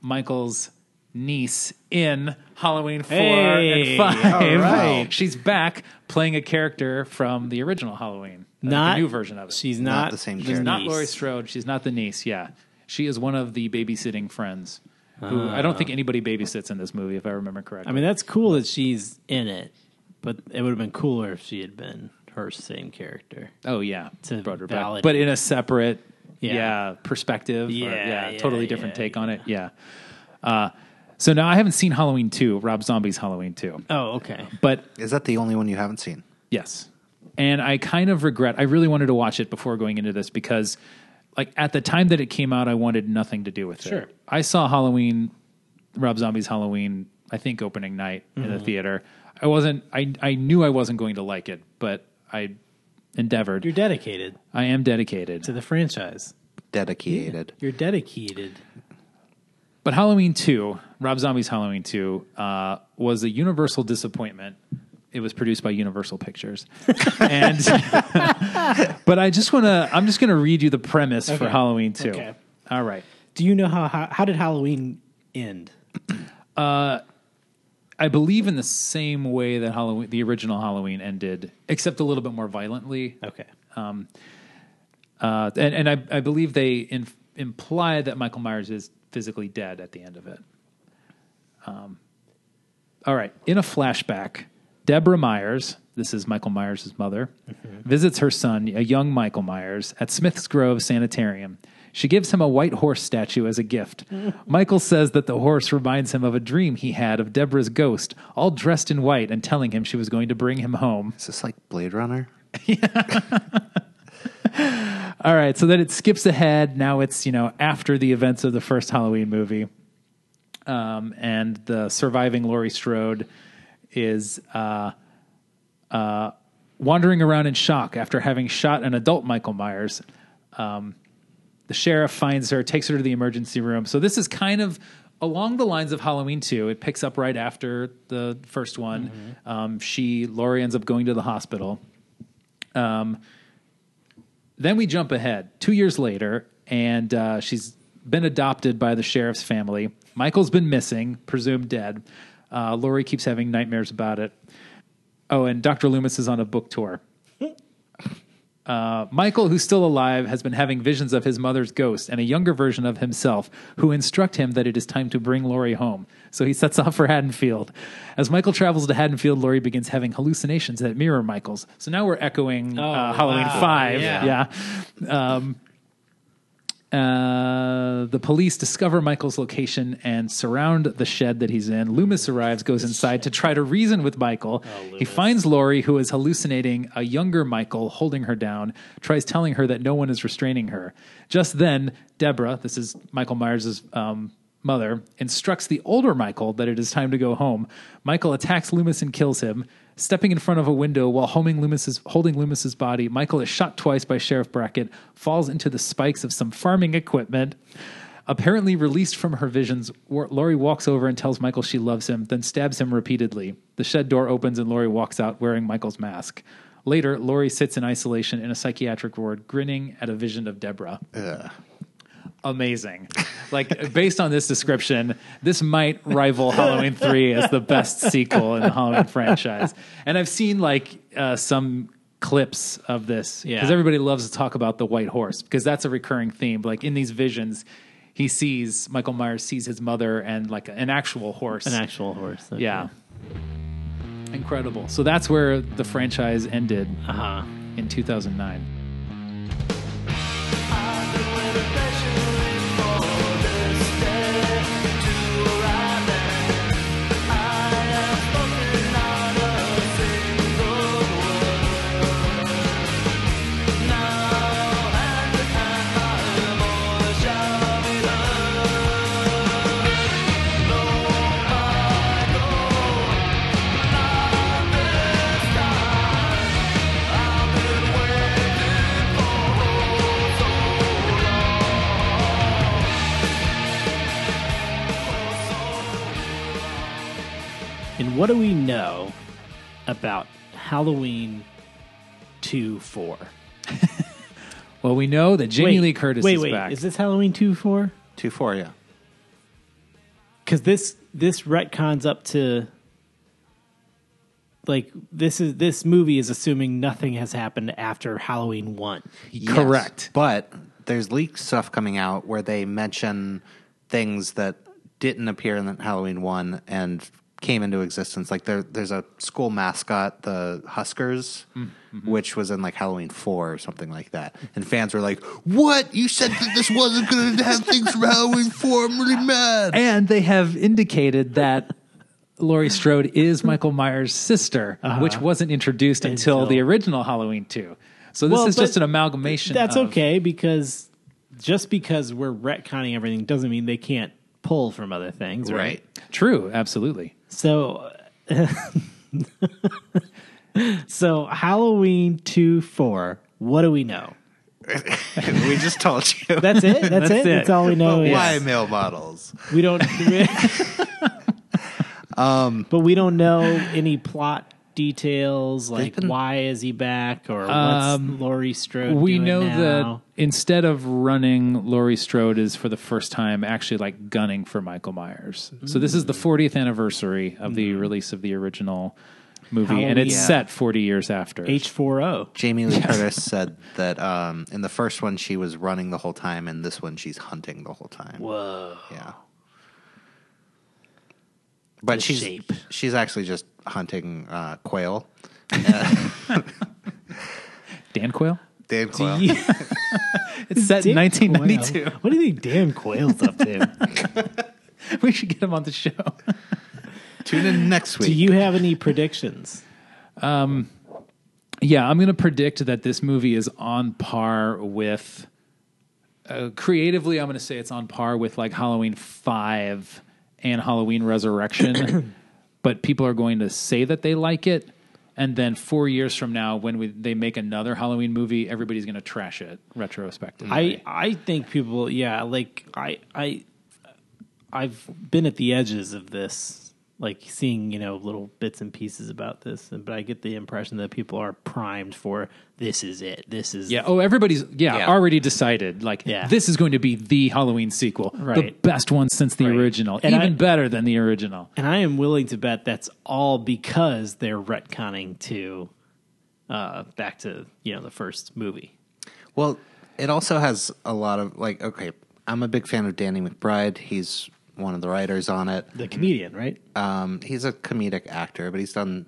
Speaker 4: Michael's niece in Halloween four
Speaker 3: Hey,
Speaker 4: and
Speaker 5: Oh,
Speaker 4: five.
Speaker 5: right.
Speaker 4: She's back playing a character from the original Halloween, uh,
Speaker 3: not
Speaker 4: the new version of it.
Speaker 3: She's not,
Speaker 5: Not the same
Speaker 3: she's
Speaker 5: character.
Speaker 4: Not
Speaker 3: niece.
Speaker 4: Laurie Strode. She's not the niece. Yeah, she is one of the babysitting friends. Who I don't think anybody babysits in this movie, if I remember correctly.
Speaker 3: I mean, that's cool that she's in it, but it would have been cooler if she had been her same character.
Speaker 4: oh yeah,
Speaker 3: To
Speaker 4: brought her back.
Speaker 3: validate-
Speaker 4: but in a separate yeah,
Speaker 3: Yeah.
Speaker 4: perspective. or-
Speaker 3: Yeah,
Speaker 4: yeah,
Speaker 3: yeah,
Speaker 4: totally different
Speaker 3: yeah,
Speaker 4: take on it. Yeah. Uh, so now I haven't seen Halloween two, Rob Zombie's Halloween two,
Speaker 3: Oh, okay.
Speaker 4: but
Speaker 5: Is that the only one you haven't seen?
Speaker 4: Yes. And I kind of regret. I really wanted to watch it before going into this because, like, at the time that it came out, I wanted nothing to do with it.
Speaker 3: Sure.
Speaker 4: I saw Halloween, Rob Zombie's Halloween, I think opening night in the theater. I wasn't, I, I knew I wasn't going to like it, but I endeavored.
Speaker 3: You're dedicated
Speaker 4: I am dedicated.
Speaker 3: to the franchise.
Speaker 5: Dedicated.
Speaker 3: You're dedicated.
Speaker 4: But Halloween 2, Rob Zombie's Halloween 2, uh, was a universal disappointment. It was produced by Universal Pictures. and but I just want to I'm just going to read you the premise for
Speaker 3: Okay.
Speaker 4: Halloween 2.
Speaker 3: Okay.
Speaker 4: All right.
Speaker 3: Do you know how, how how did Halloween end?
Speaker 4: I believe in the same way that Halloween the original Halloween ended, except a little bit more violently.
Speaker 3: Okay.
Speaker 4: Uh, and and I, I believe they in, imply that Michael Myers is physically dead at the end of it. Um, all right. In a flashback, Deborah Myers, this is Michael Myers' mother, visits her son, a young Michael Myers, at Smith's Grove Sanitarium. She gives him a white horse statue as a gift. Michael says that the horse reminds him of a dream he had of Deborah's ghost, all dressed in white and telling him she was going to bring him home.
Speaker 5: Is this like Blade Runner?
Speaker 4: All right, so then it skips ahead. Now it's you know after the events of the first Halloween movie, um, and the surviving Laurie Strode is uh, uh, wandering around in shock after having shot an adult Michael Myers. Um, the sheriff finds her, takes her to the emergency room. So this is kind of along the lines of Halloween 2. It picks up right after the first one. Um, she Laurie ends up going to the hospital. Then we jump ahead two years later, and uh, she's been adopted by the sheriff's family. Michael's been missing, presumed dead. Uh, Lori keeps having nightmares about it. Oh, and Dr. Loomis is on a book tour. Uh, Michael, who's still alive, has been having visions of his mother's ghost and a younger version of himself, who instruct him that it is time to bring Laurie home. So he sets off for Haddonfield. As Michael travels to Haddonfield, Laurie begins having hallucinations that mirror Michael's. So now we're echoing uh, Halloween
Speaker 3: wow.
Speaker 4: Five.
Speaker 3: Yeah.
Speaker 4: yeah. Um, Uh, the police discover Michael's location and surround the shed that he's in. Loomis arrives, goes inside to try to reason with Michael. he finds Lori, who is hallucinating a younger Michael, holding her down, tries telling her that no one is restraining her. Just then, Deborah, this is Michael Myers' um, mother, instructs the older Michael that it is time to go home. Michael attacks Loomis and kills him. Stepping in front of a window while homing Loomis's, holding Loomis's body, Michael is shot twice by Sheriff Brackett, falls into the spikes of some farming equipment. Apparently released from her visions, Wa- Lori walks over and tells Michael she loves him, then stabs him repeatedly. The shed door opens and Lori walks out wearing Michael's mask. Later, Lori sits in isolation in a psychiatric ward, grinning at a vision of Deborah amazing. Like based on this description, this might rival Halloween Three as the best sequel in the Halloween franchise. And I've seen like uh, some clips of this
Speaker 3: Yeah.
Speaker 4: because everybody loves to talk about the white horse because that's a recurring theme. Like in these visions, he sees Michael Myers sees his mother and like an actual horse.
Speaker 3: An actual horse. okay.
Speaker 4: yeah. Incredible. So that's where the franchise ended
Speaker 3: Uh-huh.
Speaker 4: in 2009.
Speaker 3: And what do we know about Halloween 2 4?
Speaker 4: Well, we know that Jamie Lee Curtis
Speaker 3: wait,
Speaker 4: is
Speaker 3: wait.
Speaker 4: back.
Speaker 3: Is this Halloween 2 4?
Speaker 5: Two four, yeah.
Speaker 3: Because this, this retcons up to. Like this is this movie is assuming nothing has happened after Halloween one.
Speaker 5: Yes,
Speaker 4: Correct.
Speaker 5: But there's leaked stuff coming out where they mention things that didn't appear in Halloween 1 and came into existence. Like there, there's a school mascot, the Huskers, which was in like Halloween 4 or something like that. And fans were like, What? You said that this wasn't going to have things from Halloween 4. I'm really mad.
Speaker 4: And they have indicated that Laurie Strode is Michael Myers' sister, which wasn't introduced until,
Speaker 3: Uh-huh. Until-
Speaker 4: the original Halloween 2. So this
Speaker 3: Well,
Speaker 4: is just
Speaker 3: but
Speaker 4: an amalgamation.
Speaker 3: That's
Speaker 4: of-
Speaker 3: okay because just because we're retconning everything doesn't mean they can't pull from other things, right?
Speaker 5: Right.
Speaker 4: True, absolutely.
Speaker 3: So, so Halloween two four. What do we know?
Speaker 5: we just told you.
Speaker 3: That's it. That's,
Speaker 4: it.
Speaker 3: it? That's all we know.
Speaker 5: But
Speaker 3: is-
Speaker 5: why male models?
Speaker 3: We don't. Um, but we don't know any plot details like
Speaker 5: been-
Speaker 3: why is he back or what's
Speaker 4: Um,
Speaker 3: Laurie Strode.
Speaker 4: We
Speaker 3: doing
Speaker 4: know
Speaker 3: now?
Speaker 4: that instead of running, Laurie Strode is for the first time actually like gunning for Michael Myers. So this is
Speaker 3: Mm.
Speaker 4: the 40th anniversary of the release of the original movie, and it's
Speaker 3: Halloween.
Speaker 4: set 40 years after.
Speaker 3: H four O.
Speaker 5: Jamie Lee Curtis said that um, in the first one she was running the whole time, and this one she's hunting the whole time.
Speaker 3: Whoa.
Speaker 5: Yeah. Oh. But
Speaker 3: The
Speaker 5: she's
Speaker 3: shape.
Speaker 5: she's actually just hunting uh, quail.
Speaker 4: Dan Quayle?
Speaker 5: Dan Quail.
Speaker 3: you-
Speaker 4: It's set in
Speaker 3: Dan
Speaker 4: 1992.
Speaker 3: Quayle. What do you think Dan Quayle's up to?
Speaker 4: We should get him on the show.
Speaker 5: Tune in next week.
Speaker 3: do you have any predictions?
Speaker 4: Yeah, I'm going to predict that this movie is on par with. Uh, creatively, I'm going to say it's on par with like Halloween 5 and Halloween Resurrection, but people are going to say that they like it. And then four years from now, when we, they make another Halloween movie, everybody's going to trash it retrospectively.
Speaker 3: I I think people, yeah, like I I I've been at the edges of this, like seeing you know little bits and pieces about this, and but I get the impression that people are primed for this is it, this is
Speaker 4: yeah. Oh, everybody's yeah,
Speaker 5: Yeah.
Speaker 4: already decided. Like
Speaker 3: Yeah.
Speaker 4: this is going to be the Halloween sequel, the
Speaker 3: Right.
Speaker 4: best one since the
Speaker 3: Right.
Speaker 4: original,
Speaker 3: And
Speaker 4: even
Speaker 3: I-
Speaker 4: better than the original.
Speaker 3: and I am willing to bet that's all because they're retconning to uh back to you know the first movie.
Speaker 5: well, it also has a lot of like. Okay, I'm a big fan of Danny McBride. He's one of the writers on it. Ah.
Speaker 3: The comedian, right?
Speaker 5: Um, he's a comedic actor, but he's done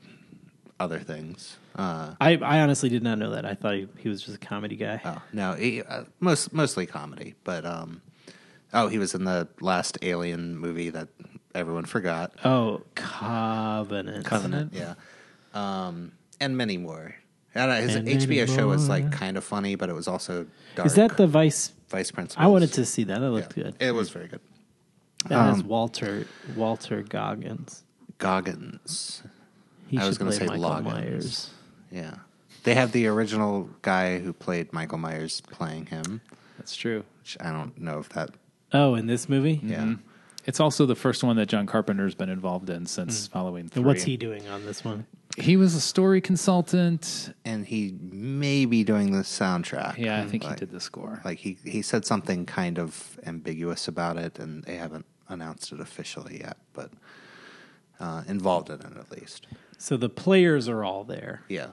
Speaker 5: other things. Uh,
Speaker 3: I, I honestly did not know that. I thought he, he was just a comedy guy.
Speaker 5: oh no, he, uh, most mostly comedy, but um, oh, he was in the last Alien movie that everyone forgot.
Speaker 3: Oh, Covenant.
Speaker 5: Covenant, yeah, um, and many more. And uh, his
Speaker 3: And many
Speaker 5: HBO show was like
Speaker 3: more.
Speaker 5: kind of funny, but it was also dark.
Speaker 3: Is that the Vice?
Speaker 5: Vice Principal?
Speaker 3: I wanted to see that. That looked good.
Speaker 5: It was very good.
Speaker 3: That is Walter Walter Goggins.
Speaker 5: Goggins.
Speaker 3: He
Speaker 5: I was
Speaker 3: should
Speaker 5: gonna
Speaker 3: play
Speaker 5: say
Speaker 3: Michael
Speaker 5: Loggins.
Speaker 3: Myers.
Speaker 5: Yeah. They have the original guy who played Michael Myers playing him,
Speaker 4: That's true.
Speaker 5: which I don't know if that.
Speaker 3: Oh, in this movie?
Speaker 5: Yeah.
Speaker 4: Mm-hmm. It's also the first one that John Carpenter's been involved in since Halloween 3.
Speaker 3: And what's he doing on this one?
Speaker 4: He was a story consultant.
Speaker 5: And he may be doing the soundtrack.
Speaker 4: Yeah, I think he
Speaker 5: Like-
Speaker 4: did the score.
Speaker 5: Like he, he said something kind of ambiguous about it, and they haven't announced it officially yet, but uh, involved in it at least.
Speaker 3: So the players are all there.
Speaker 5: Yeah.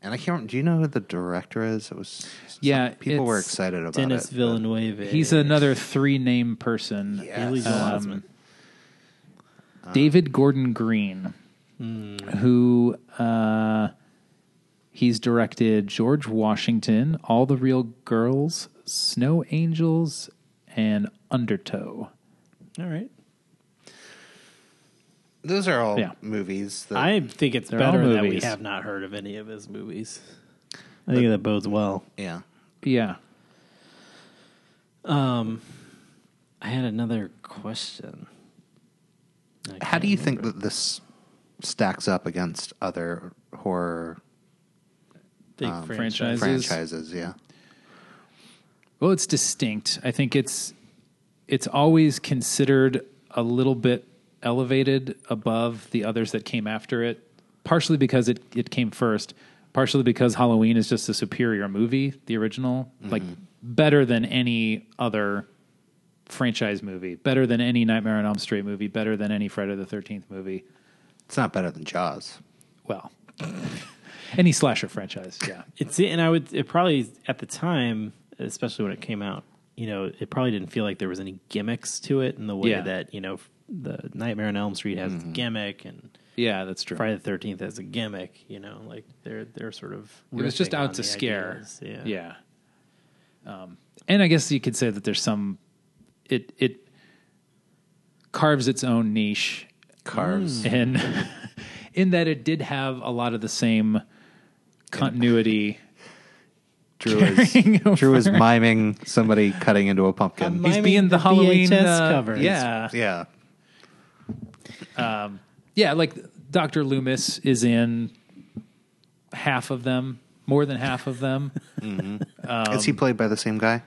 Speaker 5: And I can't. remember- Do you know who the director is? It was.
Speaker 4: Yeah,
Speaker 5: some people were
Speaker 4: it's
Speaker 5: excited about it.
Speaker 3: Dennis
Speaker 5: but-
Speaker 3: Villeneuve.
Speaker 4: He's another three name person.
Speaker 5: Yeah.
Speaker 3: Haley
Speaker 5: Yes.
Speaker 3: Joel
Speaker 4: Um,
Speaker 3: Osment.
Speaker 4: David Gordon Green, who uh, he's directed George Washington, All the Real Girls, Snow Angels, and Undertow.
Speaker 3: All right.
Speaker 5: Those are all
Speaker 4: Yeah.
Speaker 5: movies that
Speaker 3: I think it's
Speaker 4: They're all
Speaker 3: better that we
Speaker 4: movies.
Speaker 3: have not heard of any of his movies. I think that bodes well.
Speaker 5: Yeah.
Speaker 4: Yeah.
Speaker 3: I had another question. I
Speaker 5: How do you
Speaker 3: can't
Speaker 5: think that this stacks up against other horror
Speaker 3: Big
Speaker 4: franchise.
Speaker 3: franchise.
Speaker 4: Franchises.
Speaker 5: franchises? Yeah.
Speaker 4: Well, it's distinct. I think it's it's always considered a little bit elevated above the others that came after it, partially because it, it came first, partially because Halloween is just a superior movie, the original, like better than any other franchise movie, better than any Nightmare on Elm Street movie, better than any Friday the 13th movie.
Speaker 5: It's not better than Jaws.
Speaker 4: Well, any slasher franchise, yeah.
Speaker 3: It's and I would it probably at the time, especially when it came out, you know, it probably didn't feel like there was any gimmicks to it in the way
Speaker 4: Yeah.
Speaker 3: that you know the Nightmare on Elm Street has a gimmick and
Speaker 4: Yeah, that's true.
Speaker 3: Friday the Thirteenth has a gimmick. You know, like they're they're sort of
Speaker 4: it was
Speaker 3: riffing
Speaker 4: just
Speaker 3: on
Speaker 4: out to
Speaker 3: the
Speaker 4: scare.
Speaker 3: ideas. Yeah.
Speaker 4: Um, and I guess you could say that there's some it it carves its own niche
Speaker 5: Cars.
Speaker 4: in in that it did have a lot of the same continuity.
Speaker 5: Drew is
Speaker 4: Carrying over. uh,
Speaker 5: Drew is miming somebody cutting into a pumpkin.
Speaker 3: mi-
Speaker 4: He's
Speaker 3: Miming
Speaker 4: being the,
Speaker 3: the
Speaker 4: Halloween
Speaker 3: VHS
Speaker 4: uh,
Speaker 3: covers.
Speaker 4: Yeah,
Speaker 5: yeah.
Speaker 4: yeah. Like Doctor Loomis is in half of them, more than half of them,
Speaker 5: is he played by the same guy?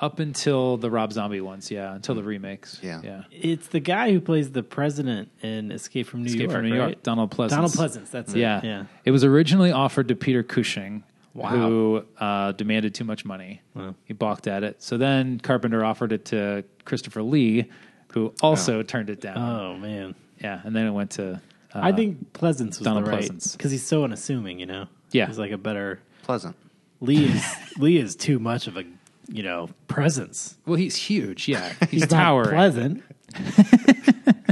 Speaker 4: up until the Rob Zombie ones. Yeah, until the remakes.
Speaker 5: Yeah.
Speaker 4: yeah.
Speaker 3: It's the guy who plays the president in Escape from New
Speaker 4: Escape
Speaker 3: York.
Speaker 4: from New York,
Speaker 3: right?
Speaker 4: Donald Pleasance.
Speaker 3: Donald Pleasance. That's it.
Speaker 4: Yeah.
Speaker 3: Yeah.
Speaker 4: It was originally offered to Peter Cushing,
Speaker 3: Wow.
Speaker 4: who uh, demanded too much money.
Speaker 3: Wow.
Speaker 4: He balked at it. So then Carpenter offered it to Christopher Lee, who also turned it down.
Speaker 3: Oh man.
Speaker 4: Yeah. And then it went to. Uh,
Speaker 3: I think Pleasance was
Speaker 4: Donald
Speaker 3: the right
Speaker 4: Pleasance.
Speaker 3: because he's so unassuming, you know.
Speaker 4: Yeah.
Speaker 3: he's like a better
Speaker 5: Pleasant.
Speaker 3: Lee is Lee is too much of a you know presence.
Speaker 4: Well, he's huge. Yeah. He's,
Speaker 3: He's
Speaker 4: towering.
Speaker 3: not pleasant.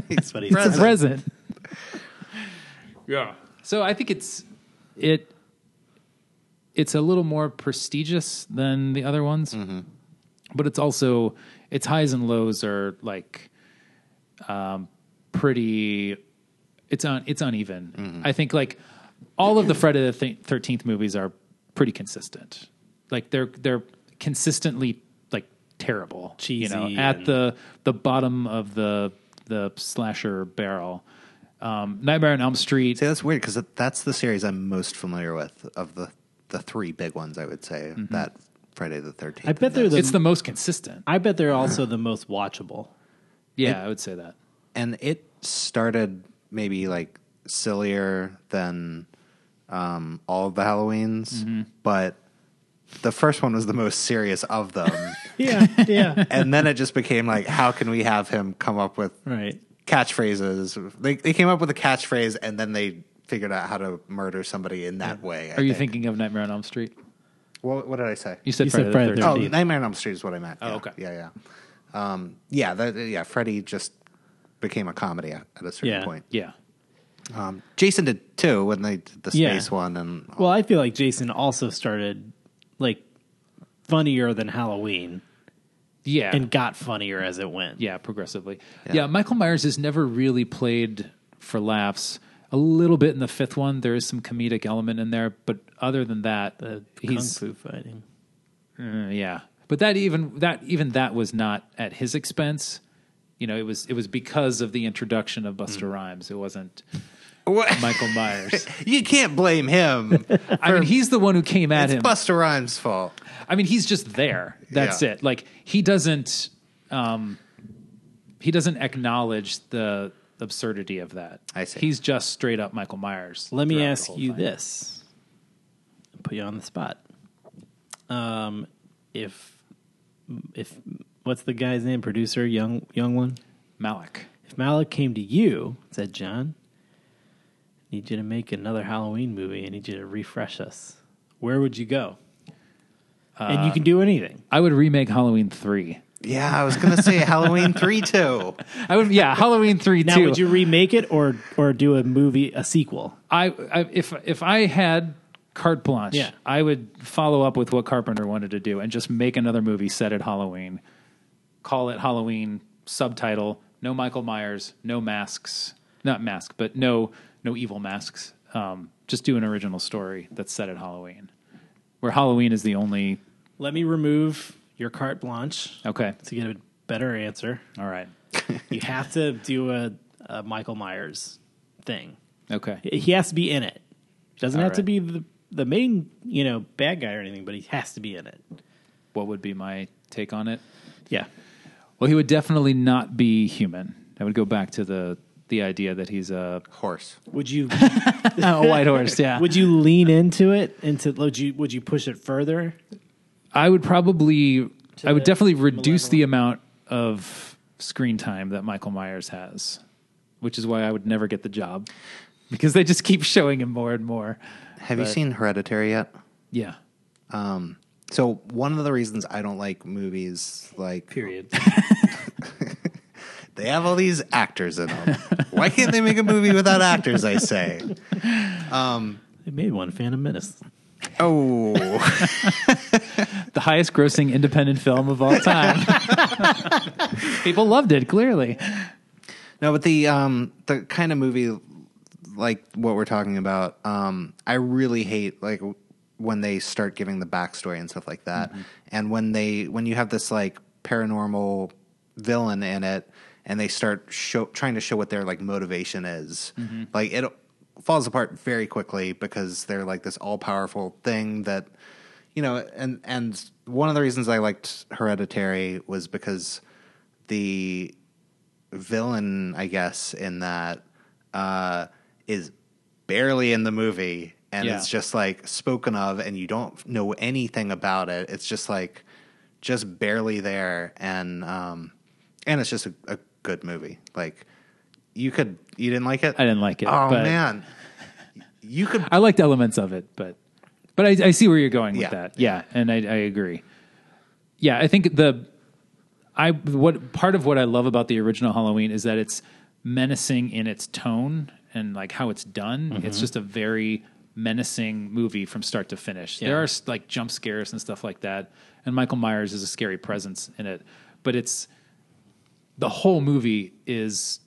Speaker 3: That's what he's
Speaker 4: It's a present. yeah. So I think it's it it's a little more prestigious than the other ones, but it's also its highs and lows are like um, pretty. It's un, it's uneven. I think like all of the Friday the Thirteenth movies are pretty consistent. Like they're they're consistently like terrible,
Speaker 3: Cheesy
Speaker 4: You know, at
Speaker 3: and-
Speaker 4: the the bottom of the the slasher barrel. Um, Nightmare on Elm Street.
Speaker 5: See, that's weird because that's the series I'm most familiar with of the the three big ones. I would say that Friday the Thirteenth.
Speaker 3: I bet they're the,
Speaker 4: It's the most consistent.
Speaker 3: I bet they're also the most watchable.
Speaker 4: Yeah, I would say that.
Speaker 5: and it started maybe like sillier than um, all of the Halloweens,
Speaker 4: Mm-hmm.
Speaker 5: but the first one was the most serious of them.
Speaker 3: Yeah, yeah.
Speaker 5: and then it just became like, how can we have him come up with
Speaker 3: right.
Speaker 5: catchphrases? They they came up with a catchphrase and then they figured out how to murder somebody in that way. I
Speaker 4: Are you
Speaker 5: think.
Speaker 4: thinking of Nightmare on Elm Street?
Speaker 5: What, what did I say?
Speaker 4: You said
Speaker 3: You
Speaker 4: Friday
Speaker 3: said
Speaker 4: the
Speaker 3: Friday the
Speaker 4: 13th.
Speaker 5: Oh,
Speaker 3: 13th.
Speaker 5: Nightmare on Elm Street is what I meant.
Speaker 4: Oh,
Speaker 5: yeah.
Speaker 4: okay.
Speaker 5: Yeah, yeah, um, yeah. That, yeah, Freddy just became a comedy at, at a certain
Speaker 3: Yeah.
Speaker 5: point.
Speaker 4: Yeah.
Speaker 5: Um, Jason did too when they did the
Speaker 3: Yeah.
Speaker 5: space one, and
Speaker 3: Well, I feel like Jason also started like funnier than Halloween
Speaker 4: Yeah.
Speaker 3: and got funnier as it went.
Speaker 4: yeah, progressively. Yeah. Michael Myers has never really played for laughs. A little bit in the fifth one, there is some comedic element in there, but other than that, uh,
Speaker 3: The
Speaker 4: he's
Speaker 3: kung fu fighting.
Speaker 4: Uh, yeah, but that even that even that was not at his expense. You know, it was it was because of the introduction of Buster Rhymes. It wasn't
Speaker 5: Mm. What?
Speaker 4: Michael Myers.
Speaker 5: you can't blame him.
Speaker 4: I mean, he's the one who came at
Speaker 5: it's
Speaker 4: him.
Speaker 5: Buster Rhymes' fault.
Speaker 4: I mean, he's just there. That's
Speaker 5: Yeah.
Speaker 4: it. Like he doesn't um he doesn't acknowledge the absurdity of that.
Speaker 5: I see.
Speaker 4: He's just straight up Michael Myers.
Speaker 3: Let me
Speaker 4: throughout the
Speaker 3: ask
Speaker 4: whole
Speaker 3: you
Speaker 4: thing.
Speaker 3: this. Put you on the spot. Um, if if what's the guy's name? Producer, young young one.
Speaker 4: Malik.
Speaker 3: If Malik came to you, and said John, I need you to make another Halloween movie. I need you to refresh us. Where would you go? and you can do anything.
Speaker 4: I would remake Halloween 3.
Speaker 5: Yeah, I was gonna say Halloween three too.
Speaker 4: I would yeah, Halloween 3
Speaker 3: Now,
Speaker 4: too.
Speaker 3: would you remake it or or do a movie, a sequel?
Speaker 4: I, I if if I had carte blanche,
Speaker 3: Yeah.
Speaker 4: I would follow up with what Carpenter wanted to do and just make another movie set at Halloween, call it Halloween subtitle, no Michael Myers, no masks, not mask, but no no evil masks. Um, just do an original story that's set at Halloween, where Halloween is the only.
Speaker 3: Let me remove your carte blanche
Speaker 4: Okay,
Speaker 3: to get a better answer.
Speaker 4: all right,
Speaker 3: You have to do a, a Michael Myers thing.
Speaker 4: okay,
Speaker 3: He has to be in it. Doesn't
Speaker 4: All
Speaker 3: have to
Speaker 4: right.
Speaker 3: be the the main, you know, bad guy or anything, but he has to be in it.
Speaker 4: what would be my take on it?
Speaker 3: Yeah.
Speaker 4: Well, he would definitely not be human. I would go back to the the idea that he's a,
Speaker 5: Horse.
Speaker 3: Would you
Speaker 4: a white horse. Yeah,
Speaker 3: would you lean into it into would you would you push it further?
Speaker 4: I would probably, I would
Speaker 3: the
Speaker 4: definitely reduce the amount of screen time that Michael Myers has, which is why I would never get the job because they just keep showing him more and more.
Speaker 5: Have you seen Hereditary yet?
Speaker 4: Yeah.
Speaker 5: So one of the reasons I don't like movies like
Speaker 3: Period.
Speaker 5: they have all these actors in them. Why can't they make a movie without actors? I say.
Speaker 3: they made one Phantom Menace.
Speaker 5: Oh.
Speaker 4: The highest grossing independent film of all time. People loved it, clearly.
Speaker 5: No, but the um the kind of movie like what we're talking about, um, I really hate like when they start giving the backstory and stuff like that, and when they when you have this like paranormal villain in it, and they start show trying to show what their like motivation is, like it falls apart very quickly because they're like this all powerful thing that you know and and one of the reasons I liked Hereditary was because the villain, I guess, in that uh, is barely in the movie, and
Speaker 4: Yeah.
Speaker 5: it's just like spoken of, and you don't know anything about it. It's just like just barely there, and um, and it's just a, a good movie. Like you could, you didn't like it.
Speaker 4: I didn't like it.
Speaker 5: Oh
Speaker 4: but
Speaker 5: man, you could.
Speaker 4: I liked elements of it, but but I, I see where you're going with
Speaker 5: Yeah.
Speaker 4: that. Yeah, and I, I agree. Yeah, I think the I what part of what I love about the original Halloween is that it's menacing in its tone and like how it's done. It's just a very menacing movie from start to finish. There are like jump scares and stuff like that, and Michael Myers is a scary presence in it, but it's the whole movie is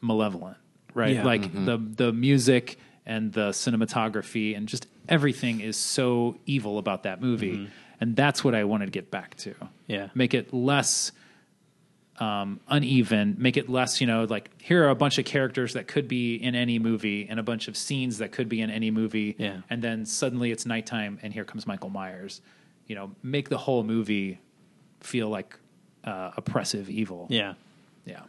Speaker 4: malevolent, right?
Speaker 3: Yeah.
Speaker 4: Like
Speaker 3: Mm-hmm.
Speaker 4: the the music and the cinematography and just everything is so evil about that movie,
Speaker 3: Mm-hmm.
Speaker 4: and that's what I wanted to get back to.
Speaker 3: Yeah.
Speaker 4: make it less um, uneven, make it less, you know, like here are a bunch of characters that could be in any movie and a bunch of scenes that could be in any movie,
Speaker 3: Yeah.
Speaker 4: and then suddenly it's nighttime and here comes Michael Myers. You know, make the whole movie feel like uh, oppressive evil.
Speaker 3: Yeah.
Speaker 4: Yeah.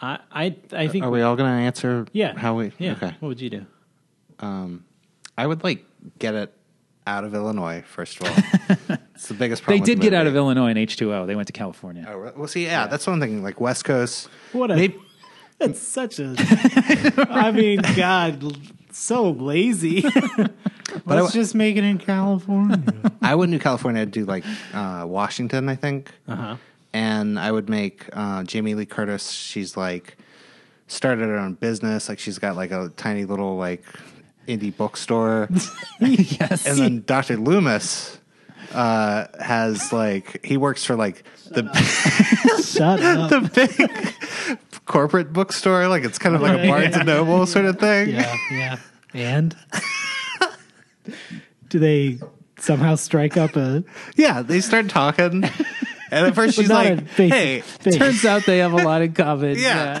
Speaker 3: I I I think
Speaker 5: Are we all gonna answer?
Speaker 3: yeah.
Speaker 5: How we?
Speaker 3: Yeah.
Speaker 5: Okay.
Speaker 3: What would you do?
Speaker 5: I would like get it out of Illinois first of all. it's the biggest
Speaker 4: They
Speaker 5: problem. with
Speaker 4: did
Speaker 5: the
Speaker 4: get out
Speaker 5: movie.
Speaker 4: of Illinois in H2O. They went to California.
Speaker 5: Oh, well, see, yeah, that's one thing. Like West Coast.
Speaker 3: What a
Speaker 5: Maybe-
Speaker 3: That's such a I mean, God l- so lazy.
Speaker 5: But I
Speaker 3: Let's
Speaker 5: w-
Speaker 3: just make it in California.
Speaker 5: I would do California. I'd do like uh, Washington,
Speaker 3: Uh-huh.
Speaker 5: I think, and I would make uh, Jamie Lee Curtis. She's like started her own business. Like she's got like a tiny little like indie bookstore.
Speaker 4: yes.
Speaker 5: and then Dr. Loomis uh, has like he works for like the
Speaker 3: Shut up.
Speaker 5: the big corporate bookstore. Like it's kind of like a Barnes and Noble sort of thing.
Speaker 3: yeah, yeah. And do they somehow strike up a?
Speaker 5: Yeah, they start talking. And at first she's
Speaker 3: not
Speaker 5: like,
Speaker 3: a face-
Speaker 5: "Hey,
Speaker 3: face.
Speaker 4: Turns out they have a lot in common.
Speaker 5: Yeah.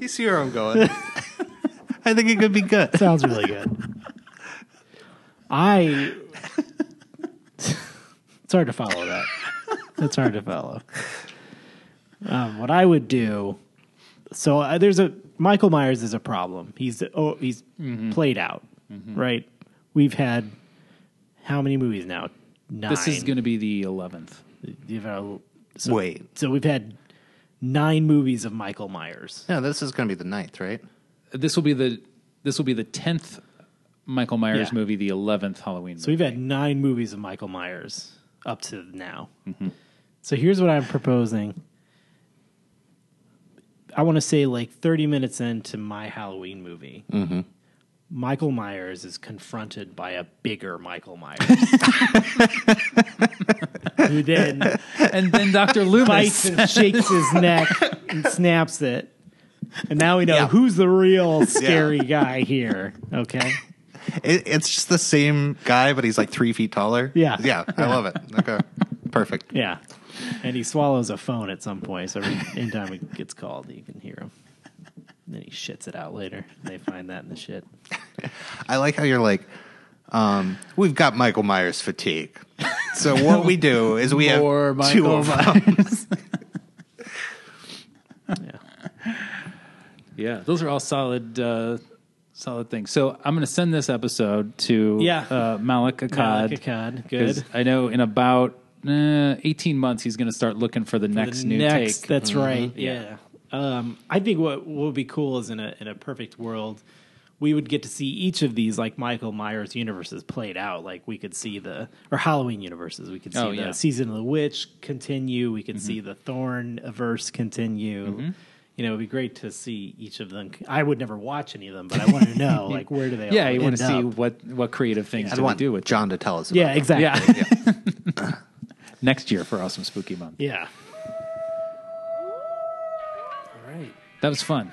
Speaker 5: you see where I'm going? I think it could be good."
Speaker 3: Sounds really good. I. it's hard to follow that. It's hard to follow. Um, what I would do. So uh, there's a Michael Myers is a problem. He's oh he's
Speaker 4: Mm-hmm.
Speaker 3: played out, right? We've had how many movies now? Nine.
Speaker 4: This is going to be the 11th.
Speaker 3: You've had a- so,
Speaker 5: Wait,
Speaker 3: So we've had nine movies of Michael Myers.
Speaker 5: no, this is going to be the ninth, right?
Speaker 4: This will be the this will be the 10th Michael Myers
Speaker 3: Yeah.
Speaker 4: movie, the 11th Halloween.
Speaker 3: So we've had nine movies of Michael Myers up to now. So here's what I'm proposing. I want to say like 30 minutes into my Halloween movie, Michael Myers is confronted by a bigger Michael Myers, who then
Speaker 4: and then Dr.
Speaker 3: bites
Speaker 4: Loomis.
Speaker 3: and shakes his neck and snaps it. And now we know who's the real scary guy here. Okay.
Speaker 5: It, it's just the same guy, but he's like three feet taller.
Speaker 3: Yeah.
Speaker 5: yeah, I love it. Okay, perfect.
Speaker 3: Yeah. And he swallows a phone at some point. So every anytime he gets called, you can hear him. And then he shits it out later. And they find that in the shit.
Speaker 5: I like how you're like, um, we've got Michael Myers fatigue. So what we do is we have
Speaker 4: More
Speaker 5: two
Speaker 4: Michael
Speaker 5: of them.
Speaker 3: Yeah.
Speaker 4: yeah, those are all solid uh, solid things. So I'm going to send this episode to
Speaker 3: Yeah.
Speaker 4: uh, Malik Akkad.
Speaker 3: Malak Akkad,
Speaker 4: 'cause
Speaker 3: good.
Speaker 4: I know in about uh, 18 months he's going to start looking for the next
Speaker 3: The
Speaker 4: new
Speaker 3: next,
Speaker 4: take. Mm-hmm.
Speaker 3: That's right.
Speaker 4: Yeah.
Speaker 3: Yeah. Um, I think what would be cool is in a in a perfect world, we would get to see each of these like Michael Myers universes played out. Like we could see the or Halloween universes. We could see
Speaker 4: Oh,
Speaker 3: the
Speaker 4: yeah. Mm-hmm.
Speaker 3: season of the witch continue. We could see the Thorn verse continue. You know, it'd be great to see each of them. I would never watch any of them, but I want to know like where do they?
Speaker 4: yeah,
Speaker 3: all
Speaker 4: you want to
Speaker 3: end
Speaker 4: see
Speaker 3: up?
Speaker 4: what what creative things
Speaker 5: I
Speaker 4: do we
Speaker 5: want
Speaker 4: do with
Speaker 5: John to tell us. About
Speaker 3: Yeah,
Speaker 5: it.
Speaker 3: exactly.
Speaker 4: Yeah. next year for Awesome Spooky Month.
Speaker 3: yeah.
Speaker 4: That was fun.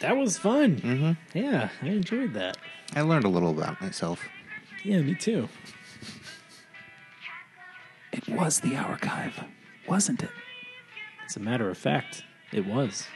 Speaker 3: That was fun.
Speaker 4: Mm-hmm.
Speaker 3: Yeah, I enjoyed that.
Speaker 5: I learned a little about myself.
Speaker 3: Yeah, me too.
Speaker 4: It was the archive, wasn't it?
Speaker 3: As a matter of fact, it was.